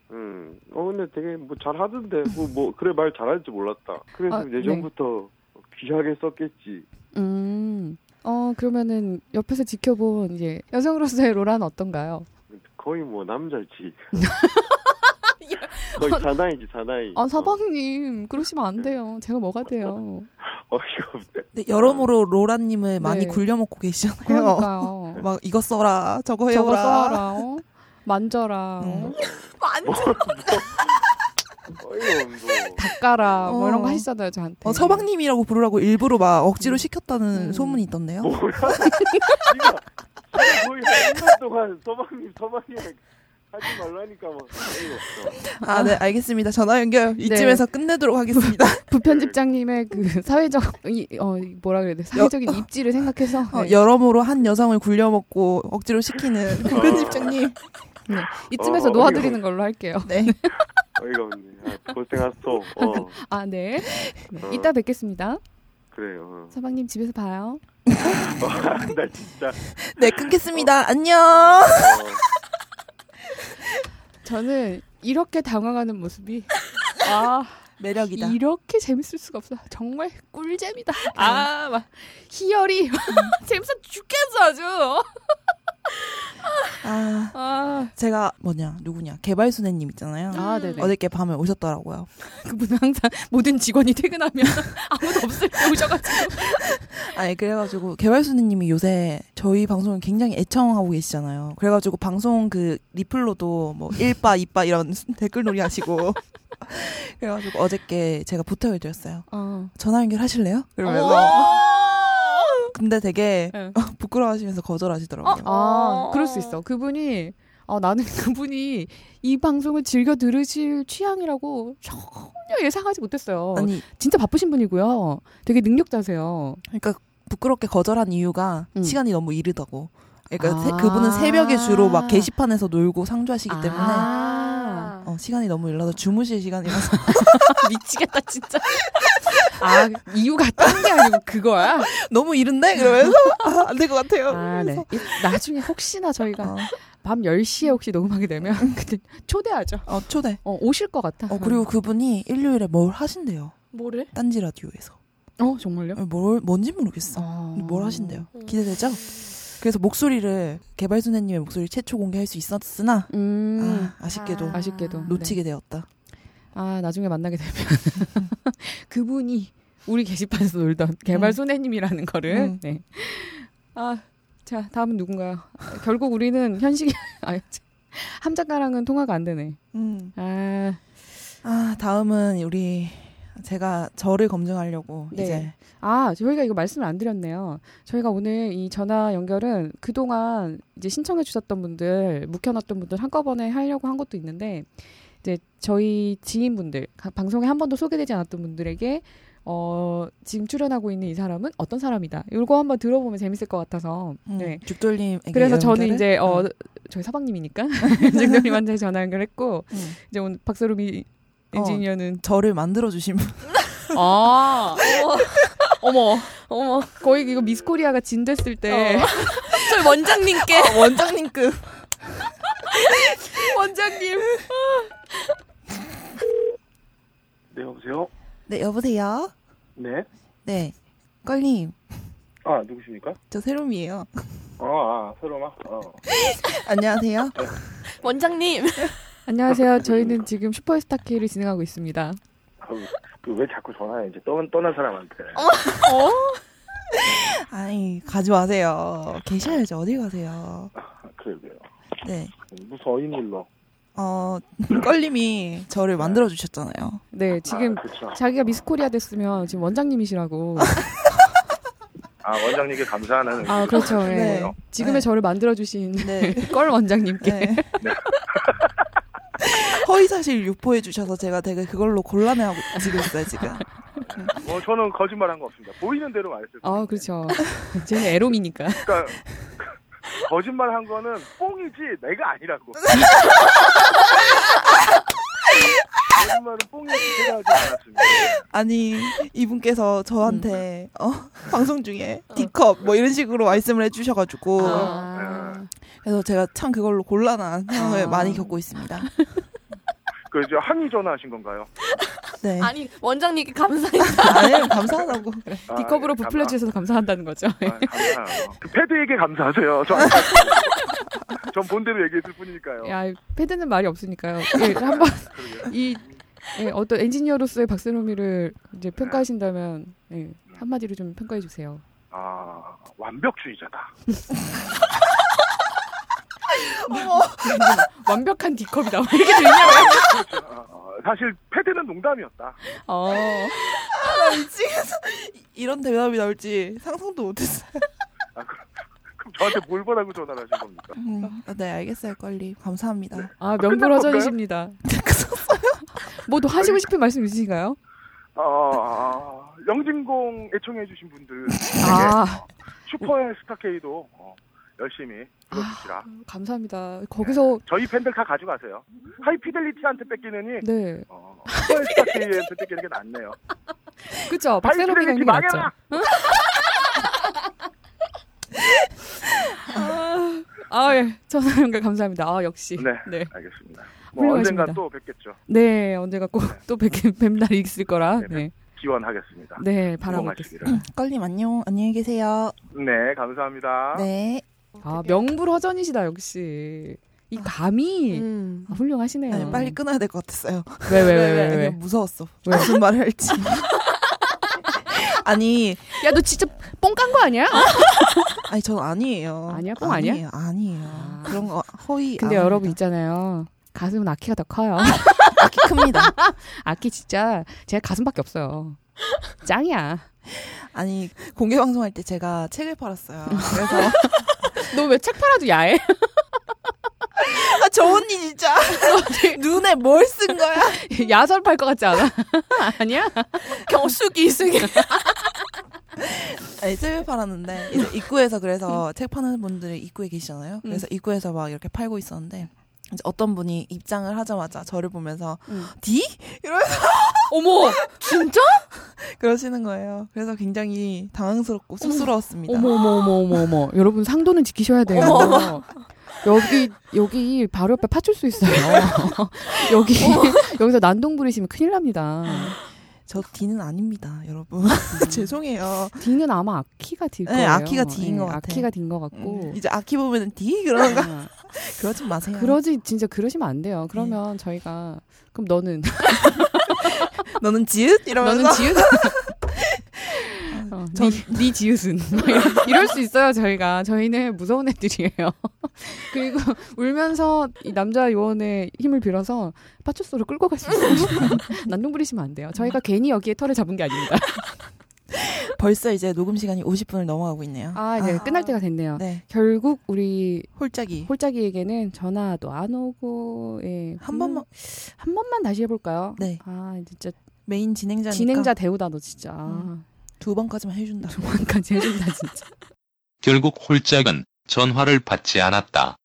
Speaker 8: 음, 어 근데 되게 뭐 잘하던데 뭐, 뭐 그래 말 잘하는지 몰랐다. 그래서
Speaker 1: 아, 네.
Speaker 8: 예전부터 귀하게 썼겠지.
Speaker 1: 음. 어, 그러면은 옆에서 지켜본 이제 여성으로서의 로라는 어떤가요?
Speaker 8: 거의 뭐 남자지. 거의 사나이지 사나이.
Speaker 2: 그러니까.
Speaker 1: 아, 사방님, 그러시면 안 돼요. 제가 뭐가 돼요.
Speaker 8: 어, 이거
Speaker 2: 근데 네, 여러모로 로라님을 많이
Speaker 1: 아. 네.
Speaker 2: 굴려먹고 계시잖아요.
Speaker 1: 그러니까요.
Speaker 2: 막 이거 써라 저거 어, 해라.
Speaker 1: 저거 써라, 어? 만져라, 어?
Speaker 2: 음.
Speaker 8: 어, 이거 뭐.
Speaker 1: 닦아라, 뭐 이런 거
Speaker 2: 어.
Speaker 1: 하시잖아요, 저한테.
Speaker 2: 어, 서방님이라고 부르라고 일부러 막 억지로 시켰다는
Speaker 1: 네. 음.
Speaker 2: 소문이 있던데요.
Speaker 8: 뭐야? 니가 지금 거의 한년 동안 서방님 서방님 하지 말라니까 막 어이가 없어.
Speaker 2: 아, 네, 알겠습니다. 전화 연결
Speaker 1: 네.
Speaker 2: 이쯤에서 끝내도록 하겠습니다.
Speaker 1: 부편집장님의 그 사회적, 이, 어, 뭐라 그래야 돼, 사회적인 입지를 생각해서.
Speaker 2: 어,
Speaker 1: 네.
Speaker 2: 여러모로 한 여성을 굴려먹고 억지로 시키는
Speaker 8: 어.
Speaker 2: 그런 집장님.
Speaker 1: 네. 이쯤에서
Speaker 8: 어,
Speaker 1: 놓아드리는 걸로 할게요.
Speaker 2: 네.
Speaker 8: 어이가 없네. 아, 고생하소. 어,
Speaker 1: 아, 네.
Speaker 8: 어,
Speaker 1: 이따 뵙겠습니다.
Speaker 8: 그래요.
Speaker 1: 서방님 집에서 봐요.
Speaker 8: 어. 나 진짜.
Speaker 2: 네, 끊겠습니다. 안녕.
Speaker 8: 어.
Speaker 1: 저는 이렇게 당황하는 모습이 아
Speaker 2: 매력이다.
Speaker 1: 이렇게 재밌을 수가 없어. 정말 꿀잼이다. 아, 막 음. 희열이 재밌어 죽겠어 아주.
Speaker 2: 아,
Speaker 1: 아,
Speaker 2: 제가 뭐냐, 누구냐, 개발순애님 있잖아요.
Speaker 1: 아 네네.
Speaker 2: 어저께 밤에 오셨더라고요.
Speaker 1: 그분은 항상 모든 직원이 퇴근하면 아무도 없을 때 오셔가지고
Speaker 2: 아니 그래가지고 개발순이님이 요새 저희 방송을 굉장히 애청하고 계시잖아요. 그래가지고 방송 그 리플로도 뭐 1바 2바 이런 댓글 놀이 하시고 그래가지고 어저께 제가 부탁을 드렸어요.
Speaker 1: 어.
Speaker 2: 전화 연결 하실래요? 그러면서
Speaker 6: 어.
Speaker 2: 근데 되게
Speaker 1: 네.
Speaker 2: 부끄러워하시면서 거절하시더라고요.
Speaker 1: 아
Speaker 6: 어.
Speaker 1: 그럴 수 있어 그분이 아 나는 그분이 이 방송을 즐겨 들으실 취향이라고 전혀 예상하지 못했어요
Speaker 2: 아니
Speaker 1: 진짜 바쁘신 분이고요 되게 능력자세요
Speaker 2: 그러니까 부끄럽게 거절한 이유가
Speaker 1: 음.
Speaker 2: 시간이 너무 이르다고. 그러니까
Speaker 1: 아.
Speaker 2: 세- 그분은 새벽에 주로 막 게시판에서 놀고 상주하시기 때문에
Speaker 1: 아.
Speaker 2: 어, 시간이 너무 일러서 주무실 시간이라서
Speaker 1: 미치겠다 진짜 아 이유가 다른 게 아니고 그거야
Speaker 2: 너무 이른데 그러면서 아, 안될 것 같아요.
Speaker 1: 아네 나중에 혹시나 저희가
Speaker 2: 어.
Speaker 1: 밤 10시에 혹시 녹음하게 되면 그때 초대하죠
Speaker 2: 어, 초대.
Speaker 1: 어 오실 것 같아
Speaker 2: 어, 그리고 그분이 일요일에 뭘 하신대요.
Speaker 6: 뭐래?
Speaker 2: 딴지 라디오에서.
Speaker 1: 어 정말요
Speaker 2: 뭘, 뭔지 모르겠어.
Speaker 1: 음.
Speaker 2: 근데 아. 뭘 하신대요. 기대되죠? 그래서 목소리를, 개발순애님의 목소리를 최초 공개할 수 있었으나,
Speaker 1: 음
Speaker 2: 아, 쉽게도
Speaker 1: 아, 쉽게도
Speaker 2: 놓치게 되었다.
Speaker 1: 아 나중에 만나게 되면 그분이 우리 게시판에서 놀던 개발
Speaker 2: 음.
Speaker 1: 소내님이라는 거를
Speaker 2: 음.
Speaker 1: 네. 아자 다음은 누군가요? 아, 결국 우리는 현식이 아 참. 함작가랑은 통화가 안 되네.
Speaker 2: 음.
Speaker 1: 아
Speaker 2: 아, 다음은 우리, 제가 저를 검증하려고
Speaker 1: 네.
Speaker 2: 이제
Speaker 1: 아, 저희가 이거 말씀을 안 드렸네요. 저희가 오늘 이 전화 연결은 그동안 이제 신청해 주셨던 분들, 묵혀놨던 분들 한꺼번에 하려고 한 것도 있는데, 이제 저희 지인분들, 가- 방송에 한 번도 소개되지 않았던 분들에게, 어, 지금 출연하고 있는 이 사람은 어떤 사람이다. 이거 한번 들어보면 재밌을 것 같아서.
Speaker 2: 음,
Speaker 1: 네.
Speaker 2: 죽돌님.
Speaker 1: 그래서 저는 이제, 어,
Speaker 2: 음.
Speaker 1: 저희 사방님이니까, 증도님한테 전화 연결했고,
Speaker 2: 음.
Speaker 1: 이제 오늘 박서롬이
Speaker 2: 어.
Speaker 1: 엔지니어는,
Speaker 2: 저를 만들어주신 분.
Speaker 1: 아,
Speaker 6: 어머, 어머.
Speaker 1: 거의 이거 미스코리아가 진 됐을 때,
Speaker 6: 어. 저희 아, 원장님께
Speaker 2: 원장님급. 그.
Speaker 6: 원장님.
Speaker 8: 네, 여보세요?
Speaker 2: 네, 여보세요?
Speaker 8: 네?
Speaker 2: 네. 껄님,
Speaker 8: 아, 누구십니까?
Speaker 2: 저 새롬이에요.
Speaker 8: 어, 아, 새로마. 어.
Speaker 2: 안녕하세요.
Speaker 6: 원장님.
Speaker 1: 안녕하세요. 저희는 지금 슈퍼스타 K를 진행하고 있습니다.
Speaker 8: 그왜 자꾸 전화해? 이제 떠난, 떠난 사람한테.
Speaker 1: 어?
Speaker 2: 아니 가지 마세요. 계셔야죠. 어디 가세요?
Speaker 8: 아, 그러게요.
Speaker 2: 네.
Speaker 8: 무서운 일로. 아,
Speaker 2: 어 껄림이 저를 만들어 주셨잖아요.
Speaker 1: 네, 지금
Speaker 8: 아, 그쵸.
Speaker 1: 자기가 미스코리아 됐으면 지금 원장님이시라고.
Speaker 8: 아, 원장님께 감사하는.
Speaker 1: 아, 그렇죠. 예.
Speaker 2: 네.
Speaker 1: 지금의
Speaker 2: 네.
Speaker 1: 저를 만들어주신
Speaker 2: 네.
Speaker 1: 껄 원장님께.
Speaker 2: 네. 허위 사실 유포해 주셔서 제가 되게 그걸로 곤란해하고 지금 있어요 지금.
Speaker 8: 어, 저는 거짓말한 거 없습니다. 보이는 대로 말했어요.
Speaker 1: 아, 그렇죠. 쟤는 에롬이니까.
Speaker 8: 그러니까 거짓말한 거는 뽕이지 내가 아니라고. 거짓말은 뽕이지 제가 하지 않았습니다.
Speaker 2: 아니 이분께서 저한테 어, 방송 중에 D컵 뭐 이런 식으로 말씀을 해주셔가지고
Speaker 1: 아,
Speaker 2: 그래서 제가 참 그걸로 곤란한 상황을
Speaker 1: 아.
Speaker 2: 많이 겪고 있습니다.
Speaker 8: 그 이제 항의 전화하신 건가요?
Speaker 2: 네.
Speaker 6: 아니, 원장님께 감사해요.
Speaker 2: 아니 감사하다고. 그래.
Speaker 8: 아,
Speaker 1: 네 컵으로
Speaker 8: 예, 감-
Speaker 1: 부풀려 주셔서 감사한다는 거죠.
Speaker 8: 아, 아, 감사해요. 그 패드에게 감사하세요. 저 안 감사해요. 전 본대로 얘기했을 뿐이니까요.
Speaker 1: 야, 예, 패드는 말이 없으니까요. 예, 한번 이 예, 어떤 엔지니어로서의 박세롬이를 이제 평가하신다면 예, 한마디로 좀 평가해 주세요.
Speaker 8: 아 완벽주의자다.
Speaker 1: 완벽한 D컵이 나와 이게 되냐고요?
Speaker 9: 아,
Speaker 8: 어, 사실 패드는 농담이었다.
Speaker 1: 어.
Speaker 2: 이런 대답이 나올지 상상도 못했어요.
Speaker 8: 아, 그- 그럼 저한테 뭘 보라고 전화를 하신 겁니까?
Speaker 2: 음, 네 알겠어요 껄림. 감사합니다.
Speaker 1: 아,
Speaker 8: 명불허전이십니다.
Speaker 1: 명불허전이십니다. 뭐또 하시고 싶은 말씀 있으신가요?
Speaker 8: 어,
Speaker 9: 아,
Speaker 8: 아, 영진공 애청해주신 분들
Speaker 1: 아,
Speaker 8: 슈퍼스타케이도 어,
Speaker 9: 열심히 들어주시라.
Speaker 1: 아. 감사합니다. 거기서
Speaker 9: 저희 팬들 다 가져가세요. 하이피델리티한테 뺏기느니
Speaker 1: 음. 네,
Speaker 9: 어, 슈퍼스타K한테 뺏기는 게 낫네요.
Speaker 8: 아,
Speaker 1: 그죠. 박세롬이가 있는 게 낫죠.
Speaker 9: 망해라!
Speaker 1: 아, 예. 전화 연결 감사합니다. 아, 역시.
Speaker 9: 네.
Speaker 1: 네.
Speaker 9: 알겠습니다. 뭐
Speaker 1: 훌륭하십니다.
Speaker 9: 언젠가 또 뵙겠죠.
Speaker 1: 네, 언제가 꼭 또 뵙날이 있을 거라.
Speaker 9: 네,
Speaker 1: 네.
Speaker 9: 기원하겠습니다.
Speaker 1: 네, 바라보겠습니다.
Speaker 9: 성공하시기를.
Speaker 2: 껄님 안녕 안녕히 계세요.
Speaker 9: 네, 감사합니다.
Speaker 2: 네.
Speaker 1: 아, 명불허전이시다, 역시. 이 감이
Speaker 6: 음.
Speaker 1: 아, 훌륭하시네요.
Speaker 2: 아니, 빨리 네, 끊어야 될 것 같았어요.
Speaker 1: 왜, 왜, 왜, 왜,
Speaker 2: 아니,
Speaker 1: 왜.
Speaker 2: 무서웠어.
Speaker 1: 왜?
Speaker 2: 무슨 말을 할지. 아니
Speaker 1: 야, 너 진짜 뻥 깐 거 아니야?
Speaker 2: 아니 전 아니에요.
Speaker 1: 아니야? 뻥 아니야?
Speaker 2: 아니에요. 아니에요.
Speaker 1: 아.
Speaker 2: 그런 거 허위. 아,
Speaker 1: 근데
Speaker 2: 안 합니다.
Speaker 1: 여러분 있잖아요. 가슴은 아키가 더 커요.
Speaker 2: 아키 큽니다.
Speaker 1: 아키 진짜 제 가슴밖에 없어요. 짱이야.
Speaker 2: 아니 공개 방송할 때 제가 책을 팔았어요. 그래서
Speaker 1: 너 왜 책 팔아도 야해?
Speaker 2: 아, 저 언니 진짜 눈에 뭘 쓴 거야?
Speaker 1: 야설 팔 것 같지 않아? 아니야?
Speaker 6: 경숙이 승이
Speaker 2: 아니 책을 팔았는데 이제 입구에서 그래서
Speaker 1: 음.
Speaker 2: 책 파는 분들이 입구에 계시잖아요. 그래서 입구에서 막 이렇게 팔고 있었는데 이제 어떤 분이 입장을 하자마자 저를 보면서
Speaker 1: 음.
Speaker 2: 디 이러면서
Speaker 6: 어머 진짜?
Speaker 2: 그러시는 거예요. 그래서 굉장히 당황스럽고 쑥스러웠습니다.
Speaker 1: 어머, 어머, 어머, 어머, 어머. 여러분 상도는 지키셔야 돼요. 여기, 여기 바로 옆에 파출 수 있어요. 여기, 여기서 난동 부리시면 큰일 납니다.
Speaker 2: 저 디는 아닙니다, 여러분.
Speaker 1: 음.
Speaker 2: 죄송해요.
Speaker 1: D는 아마 아키가 D일
Speaker 2: 네,
Speaker 1: 거예요.
Speaker 2: 아키가 D인 것 같아.
Speaker 1: 아키가 D인 것 같고.
Speaker 2: 음, 이제 아키 보면은 디 그런가?
Speaker 1: 아,
Speaker 2: 그러지 마세요.
Speaker 1: 그러지 진짜 그러시면 안 돼요.
Speaker 2: 네.
Speaker 1: 그러면 저희가 그럼 너는
Speaker 2: 너는 지읒 이러면서
Speaker 1: 너는 지읒? 어,
Speaker 2: 전-
Speaker 1: 니, 니 지읒은 막 이런- 이럴 수 있어요 저희가 저희는 무서운 애들이에요 그리고 울면서 이 남자 요원의 힘을 빌어서 파출소로 끌고 갈 수 있습니다 난동 부리시면 안 돼요 저희가 괜히 여기에 털을 잡은 게 아닙니다
Speaker 2: 벌써 이제 녹음 시간이 50분을 넘어가고 있네요.
Speaker 1: 아 이제 끝날 때가 됐네요
Speaker 2: 네.
Speaker 1: 결국 우리
Speaker 2: 홀짝이
Speaker 1: 홀짝이에게는 전화도 안 오고 예.
Speaker 2: 한 번만
Speaker 1: 한 번만 다시 해볼까요?
Speaker 2: 네.
Speaker 1: 아 진짜
Speaker 2: 메인 진행자니까
Speaker 1: 진행자 대우다 너 진짜
Speaker 2: 음. 두 번까지만 해준다.
Speaker 1: 조만까지 해준다 진짜.
Speaker 4: 결국 홀짝은 전화를 받지 않았다.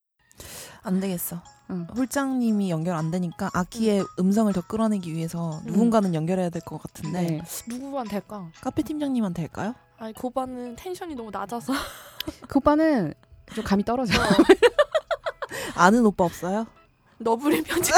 Speaker 2: 안 되겠어.
Speaker 1: 응.
Speaker 2: 홀장님이 연결 안 되니까 아키의 음성을 더 끌어내기 위해서 누군가는 연결해야 될 것 같은데
Speaker 1: 네.
Speaker 6: 누구만 될까?
Speaker 2: 카페 팀장님한테 할까요?
Speaker 6: 아니 고반은 텐션이 너무 낮아서
Speaker 1: 그 오빠는 좀 감이 떨어져.
Speaker 2: 아는 오빠 없어요?
Speaker 6: 너브리 편집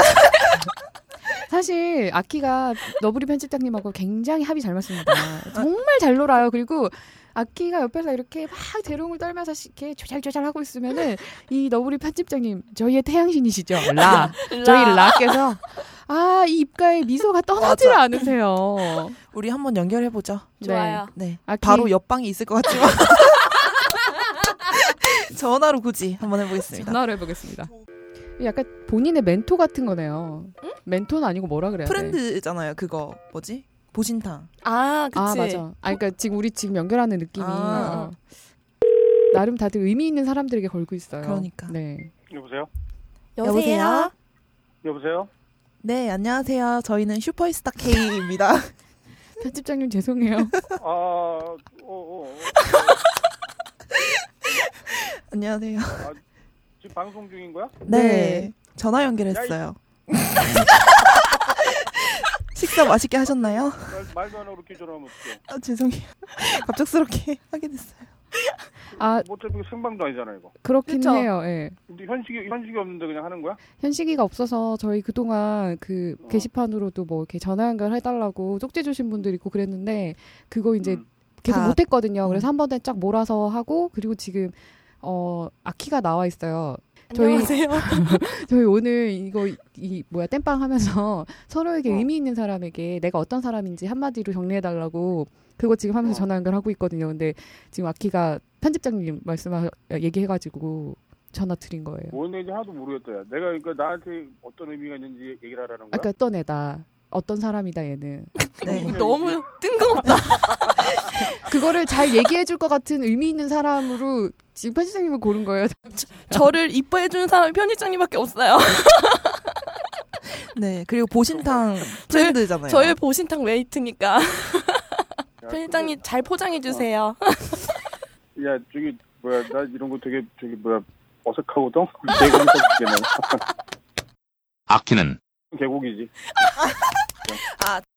Speaker 1: 사실 아키가 너브리 편집장님하고 굉장히 합이 잘 맞습니다. 정말 잘 놀아요. 그리고 아키가 옆에서 이렇게 막 대롱을 떨면서 이렇게 조잘조잘 하고 있으면은 이 너브리 편집장님 저희의 태양신이시죠 라 저희 라께서 아 이 입가에 미소가 떠나질
Speaker 2: 맞아.
Speaker 1: 않으세요.
Speaker 2: 우리 한번 연결해 보죠.
Speaker 1: 네.
Speaker 6: 좋아요.
Speaker 2: 네.
Speaker 1: 아키.
Speaker 2: 바로 옆방에 있을 것 같지만 전화로 굳이 한번 해보겠습니다.
Speaker 1: 전화로 네. 해보겠습니다. 약간 본인의 멘토 같은 거네요. 멘토는 아니고 뭐라 그래야 돼?
Speaker 2: 트렌드잖아요. 그거 뭐지? 보신탕.
Speaker 6: 아 그치
Speaker 1: 아 맞아. 아 그러니까 지금 우리 지금 연결하는 느낌이
Speaker 2: 아.
Speaker 1: 어. 나름 다들 의미 있는 사람들에게 걸고 있어요.
Speaker 2: 그러니까.
Speaker 1: 네.
Speaker 8: 여보세요?
Speaker 2: 여보세요?
Speaker 8: 여보세요?
Speaker 2: 네 안녕하세요. 저희는 슈퍼스타 K입니다.
Speaker 1: 편집장님 죄송해요.
Speaker 8: 아, 어, 어, 어.
Speaker 2: 안녕하세요.
Speaker 8: 지금 방송 중인 거야?
Speaker 2: 네.
Speaker 1: 네.
Speaker 2: 전화 연결했어요. 식사 맛있게 하셨나요?
Speaker 8: 말, 말도 안 하고 이렇게 전화하면 어떡해.
Speaker 2: 아, 죄송해요. 갑작스럽게 하게 됐어요.
Speaker 1: 아
Speaker 8: 뭐 어차피 생방도 아니잖아, 이거.
Speaker 1: 그렇긴
Speaker 2: 그렇죠.
Speaker 6: 그쵸?
Speaker 1: 해요. 예.
Speaker 8: 근데 현식이, 현식이 없는데 그냥 하는 거야?
Speaker 1: 현식이가 없어서 저희 그동안 그
Speaker 2: 어.
Speaker 1: 게시판으로도 뭐 이렇게 전화 연결 해달라고 쪽지 주신 분들 있고 그랬는데 그거 이제
Speaker 8: 음.
Speaker 1: 계속
Speaker 2: 다-
Speaker 1: 못했거든요.
Speaker 2: 음.
Speaker 1: 그래서 한 번에 쫙 몰아서 하고 그리고 지금 어 아키가 나와 있어요. 저희-
Speaker 6: 안녕하세요
Speaker 1: 저희 오늘 이거 이- 이 뭐야 땜빵 하면서 서로에게
Speaker 8: 어.
Speaker 1: 의미 있는 사람에게 내가 어떤 사람인지 한마디로 정리해 달라고 그거 지금 하면서
Speaker 8: 어.
Speaker 1: 전화 연결하고 있거든요. 근데 지금 아키가 편집장님 말씀하 얘기해 가지고 전화 드린 거예요.
Speaker 8: 뭔 얘기인지 하나도 모르겠다, 야. 내가 그러니까 나한테 어떤 의미가 있는지 얘기를 하라는 거야?
Speaker 1: 아까 그러니까 어떤 애다. 어떤 사람이다 얘는
Speaker 2: 네.
Speaker 6: 너무 뜬금없다
Speaker 1: 그거를 잘 얘기해 줄 것 같은 의미 있는 사람으로 지금 편집장님을 고른 거예요.
Speaker 6: 저를 이뻐해 주는 사람이 편집장님밖에 없어요
Speaker 2: 네. 그리고 보신탕 트렌드잖아요.
Speaker 6: 저의 보신탕 웨이트니까
Speaker 8: 야,
Speaker 6: 편집장님 잘 포장해 주세요
Speaker 8: 근데 야 저기 뭐야 나 이런 거 되게 저기 뭐야 어색하거든. 개고기 사줄게 나.
Speaker 4: 아키는
Speaker 8: 개고기지.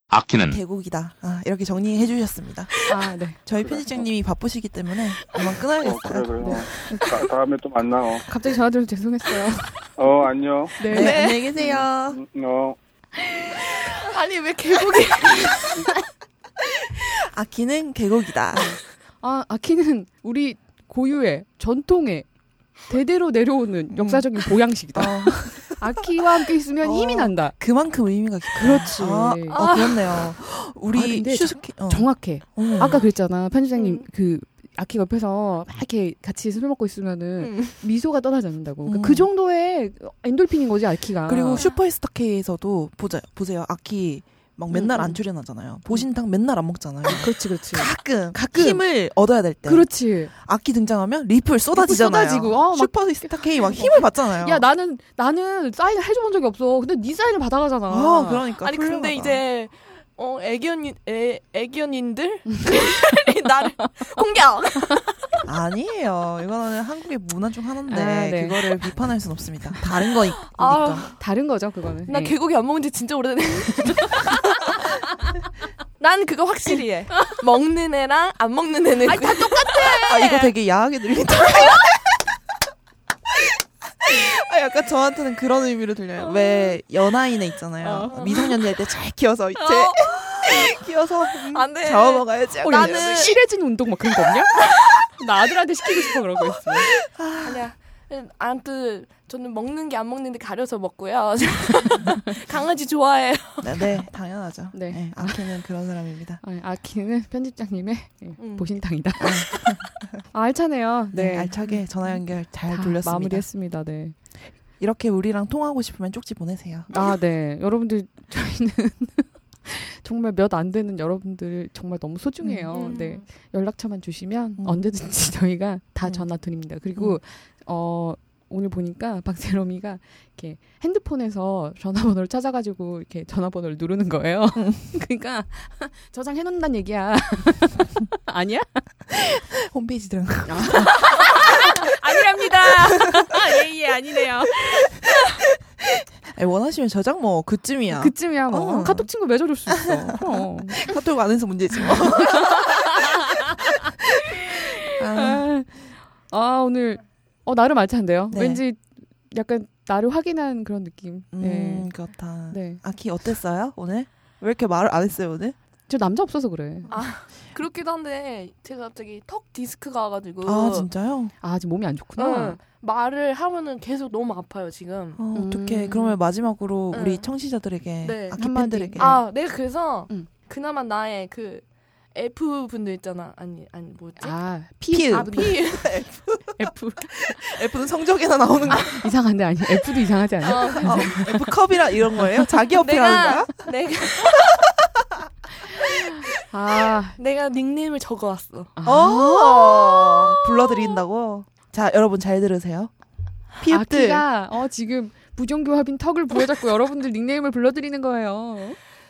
Speaker 4: 아키는
Speaker 2: 개국이다. 아, 이렇게 정리해 주셨습니다.
Speaker 1: 아, 네.
Speaker 2: 저희
Speaker 8: 그래.
Speaker 2: 편집장님이 바쁘시기 때문에 그만
Speaker 8: 어 그래
Speaker 2: 끊어야겠어요.
Speaker 8: 그래.
Speaker 1: 네.
Speaker 8: 어. 다- 다음에 또 만나. 어,
Speaker 1: 갑자기 전화드려서 죄송했어요.
Speaker 8: 어 안녕.
Speaker 1: 네.
Speaker 2: 네, 안녕히 계세요.
Speaker 8: 음, 어.
Speaker 6: 아니 왜 개고기?
Speaker 2: 아키는 개국이다.
Speaker 1: 아, 아키는 우리 고유의 전통의 대대로
Speaker 8: 음.
Speaker 1: 내려오는 역사적인 보양식이다. 아키와 함께 있으면
Speaker 2: 어.
Speaker 1: 힘이 난다.
Speaker 2: 그만큼 의미가 깊다.
Speaker 1: 그렇지.
Speaker 2: 아, 아, 그렇네요.
Speaker 1: 아,
Speaker 2: 우리
Speaker 1: 근데
Speaker 2: 슈스케. 어.
Speaker 1: 정확해.
Speaker 2: 어.
Speaker 1: 아까 그랬잖아. 편집장님
Speaker 6: 음.
Speaker 1: 그 아키 옆에서 막 이렇게 같이 술 먹고 있으면은
Speaker 6: 음.
Speaker 1: 미소가 떠나지 않는다고. 그러니까
Speaker 2: 음.
Speaker 1: 그 정도의 엔돌핀인 거지 아키가.
Speaker 2: 그리고 슈퍼스타 K에서도 보자, 보세요. 아키 막 맨날
Speaker 1: 음, 음.
Speaker 2: 안 출연하잖아요. 보신탕 맨날 안 먹잖아요. 네.
Speaker 1: 그렇지 그렇지.
Speaker 2: 가끔,
Speaker 1: 가끔.
Speaker 2: 힘을 얻어야 될 때.
Speaker 1: 그렇지.
Speaker 2: 악기 등장하면 리플 쏟아지잖아요.
Speaker 1: 쏟아지고, 어, 막-
Speaker 2: 슈퍼스타 K 막 힘을 받잖아요.
Speaker 1: 야 나는 나는 사인을 해줘본 적이 없어. 근데 네 사인을 받아가잖아.
Speaker 2: 아, 그러니까.
Speaker 6: 아니
Speaker 2: 훌륭하다.
Speaker 6: 근데 이제 어 애견인 애, 애견인들 나를 공격.
Speaker 2: 아니에요. 이거는 한국의 문화 중 하나인데
Speaker 1: 아, 네.
Speaker 2: 그거를 비판할 순 없습니다. 다른 거니까.
Speaker 6: 아.
Speaker 1: 다른 거죠 그거는.
Speaker 6: 나
Speaker 1: 네.
Speaker 6: 개고기 안 먹은 지 진짜 오래됐네. 난 그거 확실히 해. 먹는 애랑 안 먹는 애는 아니, 다 똑같아.
Speaker 2: 아,
Speaker 1: 네.
Speaker 2: 이거 되게 야하게 들린다. 아, 약간 저한테는 그런 의미로 들려요. 왜 연하인에 있잖아요.
Speaker 1: 어.
Speaker 2: 미성년자일 때 잘 키워서 이제 키워서 음,
Speaker 6: 안 돼.
Speaker 2: 잡아 먹어야지.
Speaker 1: 어,
Speaker 6: 나는-
Speaker 1: 나는 실해지는 운동 막 그런 거 없냐? 나 아들한테 시키고 싶어 그런 거 있어.
Speaker 6: 아니야. 아무튼 그, 저는 먹는 게 안 먹는데 가려서 먹고요. 강아지 좋아해요.
Speaker 2: 네, 네, 당연하죠.
Speaker 1: 네.
Speaker 2: 네. 아키는 그런 사람입니다.
Speaker 1: 아, 아키는 편집장님의 예,
Speaker 6: 음.
Speaker 1: 보신탕이다. 아, 알차네요.
Speaker 2: 네,
Speaker 1: 네.
Speaker 2: 알차게 전화 연결 잘
Speaker 1: 다
Speaker 2: 돌렸습니다.
Speaker 1: 마무리했습니다. 네.
Speaker 2: 이렇게 우리랑 통하고 싶으면 쪽지 보내세요.
Speaker 1: 아, 네. 여러분들 저희는 정말 몇 안 되는 여러분들 정말 너무 소중해요.
Speaker 6: 음.
Speaker 1: 네. 연락처만 주시면
Speaker 2: 음.
Speaker 1: 언제든지 저희가 다
Speaker 2: 음.
Speaker 1: 전화 드립니다. 그리고
Speaker 2: 음.
Speaker 1: 어 오늘 보니까 박세롬이가 이렇게 핸드폰에서 전화번호를 찾아가지고 이렇게 전화번호를 누르는 거예요.
Speaker 2: 음.
Speaker 1: 그러니까 저장해 놓는다는 얘기야. 아니야?
Speaker 2: 홈페이지 들어가.
Speaker 1: 아니랍니다. 예예 아니네요.
Speaker 2: 아니, 원하시면 저장 뭐 그쯤이야.
Speaker 1: 그쯤이야 뭐
Speaker 2: 어. 카톡
Speaker 1: 카톡 친구 맺어줄 수 있어. 그럼.
Speaker 2: 카톡 안 해서 문제지 뭐. 아,
Speaker 1: 아, 아, 오늘 어 나름 알찬데요.
Speaker 2: 네.
Speaker 1: 왠지 약간 나를 확인한 그런 느낌.
Speaker 2: 음
Speaker 1: 네.
Speaker 2: 그렇다.
Speaker 1: 네.
Speaker 2: 아키 어땠어요 오늘? 왜 이렇게 말을 안 했어요 오늘?
Speaker 1: 저 남자 없어서 그래.
Speaker 6: 그렇기도 한데 제가 갑자기 턱 디스크가 와가지고
Speaker 2: 아 진짜요?
Speaker 1: 아, 지금 몸이 안 좋구나.
Speaker 6: 응, 그러니까 말을 하면은 계속 너무 아파요 지금.
Speaker 2: 어,
Speaker 1: 음.
Speaker 2: 어떡해 그러면 마지막으로
Speaker 6: 네.
Speaker 2: 우리 청취자들에게
Speaker 6: 네,
Speaker 2: 아키
Speaker 1: 한마디.
Speaker 2: 팬들에게
Speaker 6: 아 내가 그래서
Speaker 1: 응.
Speaker 6: 그나마 나의 그 F 분들 있잖아. 아니 아니 뭐지?
Speaker 1: 아,
Speaker 2: 피
Speaker 6: 아, P.
Speaker 1: F
Speaker 2: F는 성적에나 나오는 거
Speaker 1: 이상한데 아니 F도 이상하지 않아?
Speaker 6: 어,
Speaker 2: 어, F 컵이라 이런 거예요? 자기 어필하는 거야?
Speaker 6: 내가 내가
Speaker 1: 아,
Speaker 6: 내가 닉네임을 적어왔어.
Speaker 2: 아. 어 불러드린다고 자 여러분 잘 들으세요 피읍들
Speaker 1: 아키가 어 지금 부정교합인 턱을 부여잡고 여러분들 닉네임을 불러드리는 거예요.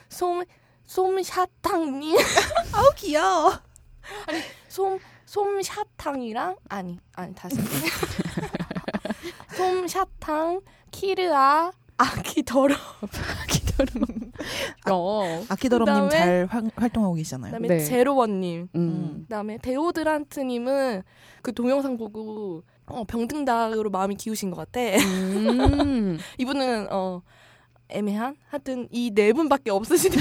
Speaker 6: 솜 솜샤탕님
Speaker 2: 아우 귀여워
Speaker 6: 솜 솜샤탕이랑 아니 아니 다시 솜샤탕 키르아 아키 더러
Speaker 1: 기다려. 어.
Speaker 2: 아키더럼님
Speaker 6: 그다음에-
Speaker 2: 잘 활- 활동하고 계시잖아요
Speaker 6: 그다음에
Speaker 1: 네.
Speaker 6: 제로원님
Speaker 1: 음.
Speaker 6: 그다음에 데오드란트님은 그 동영상 보고 어, 병등닭으로 마음이 기우신 것 같아.
Speaker 1: 음.
Speaker 6: 이분은 어 애매한 하여튼 이 네 분밖에 없으시니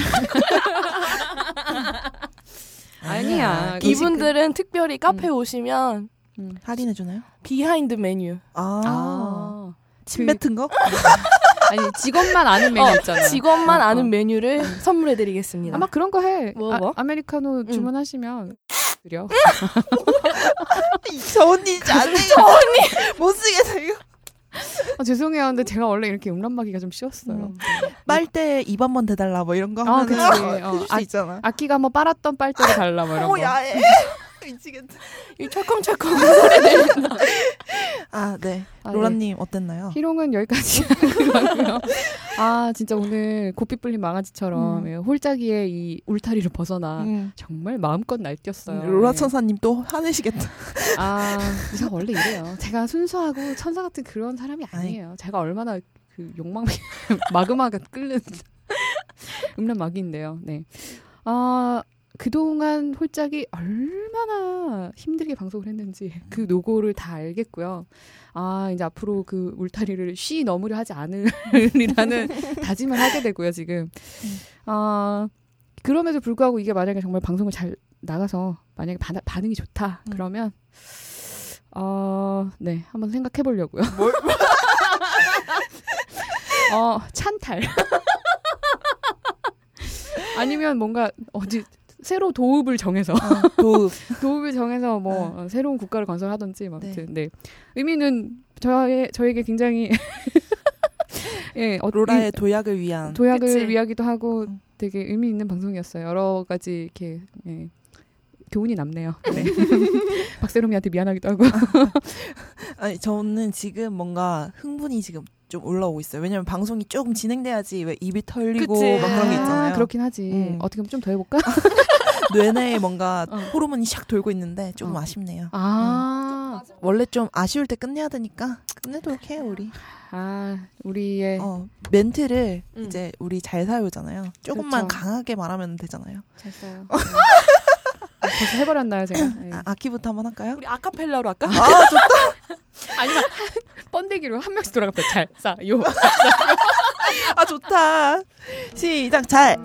Speaker 1: 아니야.
Speaker 2: 아니야.
Speaker 6: 이분들은 특별히 카페 에 오시면
Speaker 2: 할인해주나요?
Speaker 6: 비하인드 메뉴
Speaker 2: 아,
Speaker 1: 아.
Speaker 2: 침 뱉은 거?
Speaker 1: 아니 직원만 아는 메뉴 있잖아.
Speaker 6: 직원만
Speaker 1: 어, 어.
Speaker 6: 아는 메뉴를 선물해드리겠습니다.
Speaker 1: 아마 그런 거 해.
Speaker 6: 뭐,
Speaker 1: 아,
Speaker 6: 뭐?
Speaker 1: 아메리카노 주문하시면 드려.
Speaker 2: 저 언니 진짜 안 돼. 그 저 언니 못 쓰겠어 이거.
Speaker 1: 아, 죄송해요. 근데 제가 원래 이렇게 음란마기가 좀 쉬웠어요.
Speaker 2: 음. 빨대 입 한 번 대달라 뭐 이런 거
Speaker 1: 아,
Speaker 2: 하면
Speaker 1: 그치.
Speaker 2: 해줄
Speaker 1: 어,
Speaker 2: 수
Speaker 1: 아,
Speaker 2: 있잖아. 어,
Speaker 1: 아키가 한번 빨았던 빨대를
Speaker 2: 뭐
Speaker 1: 달라 뭐 이런 거.
Speaker 2: 야해. 미치겠다.
Speaker 6: 이 철컹철컹 소리 내는
Speaker 2: 아, 네.
Speaker 1: 아, 네.
Speaker 2: 로라님 어땠나요?
Speaker 1: 희롱은 여기까지 하고요. 아 진짜 오늘 고삐 뿔린 망아지처럼
Speaker 2: 음.
Speaker 1: 예, 홀짝이의 이 울타리를 벗어나
Speaker 2: 음.
Speaker 1: 정말 마음껏 날뛰었어요.
Speaker 2: 로라
Speaker 1: 예.
Speaker 2: 천사님 또 화내시겠다.
Speaker 1: 아 제가 원래 이래요. 제가 순수하고 천사 같은 그런 사람이 아니에요. 제가 얼마나 그 욕망 마그마가 끓는 음란 마귀인데요. 네. 아 그동안 홀짝이 얼마나 힘들게 방송을 했는지 그 노고를 다 알겠고요. 아 이제 앞으로 그 울타리를 쉬 넘으려 하지 않으리라는 다짐을 하게 되고요. 지금 아 그럼에도 불구하고 이게 만약에 정말 방송을 잘 나가서 만약에 반, 반응이 좋다
Speaker 2: 음.
Speaker 1: 그러면 어네 한번 생각해 보려고요.
Speaker 2: 뭐,
Speaker 1: 어 찬탈 아니면 뭔가 어디 새로 도읍을 정해서
Speaker 2: 아, 도읍.
Speaker 1: 도읍을 정해서 뭐 어, 새로운 국가를 건설하든지 뭐
Speaker 2: 네.
Speaker 1: 아무튼 네 의미는 저의 저에게 굉장히 예 어,
Speaker 2: 로라의 도약을 위한
Speaker 1: 도약을
Speaker 6: 그치.
Speaker 1: 위하기도 하고
Speaker 2: 음.
Speaker 1: 되게 의미 있는 방송이었어요. 여러 가지 이렇게 예. 교훈이 남네요. 네. 박세롬이한테 미안하기도 하고.
Speaker 2: 아니 저는 지금 뭔가 흥분이 지금 좀 올라오고 있어요. 왜냐면 방송이 조금 진행돼야지 왜 입이 털리고
Speaker 6: 그치.
Speaker 2: 막 그런 게
Speaker 1: 아,
Speaker 2: 있잖아요.
Speaker 1: 그렇긴 하지.
Speaker 2: 음.
Speaker 1: 어떻게 하면 좀 더 해볼까?
Speaker 2: 뇌내에 뭔가
Speaker 1: 어.
Speaker 2: 호르몬이 샥 돌고 있는데 조금
Speaker 1: 어.
Speaker 2: 아쉽네요.
Speaker 1: 아,
Speaker 2: 원래 좀 아쉬울 때 끝내야 되니까 끝내도록 해요 우리.
Speaker 1: 아 우리의
Speaker 2: 어, 멘트를
Speaker 6: 음.
Speaker 2: 이제 우리 잘 사요잖아요. 조금만
Speaker 1: 그렇죠.
Speaker 2: 강하게 말하면 되잖아요.
Speaker 6: 잘 써요.
Speaker 1: 네. 벌써 해버렸나요 제가? 예.
Speaker 2: 아, 아키부터 한번 할까요?
Speaker 6: 우리 아카펠라로 할까?
Speaker 2: 아 좋다.
Speaker 1: 아니면 번데기로 한 명씩 돌아가면서 잘싸요
Speaker 2: 아 좋다. 시작 잘.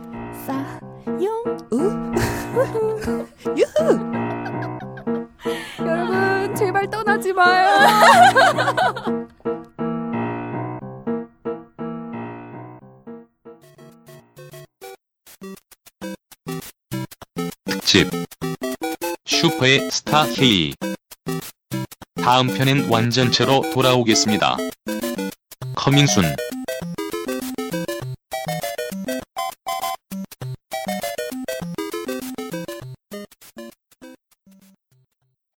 Speaker 6: 싸, 용.
Speaker 2: 유후.
Speaker 1: 여러분 제발 떠나지 마요.
Speaker 4: 집 슈퍼의 스타 K 다음 편엔 완전체로 돌아오겠습니다. 커밍순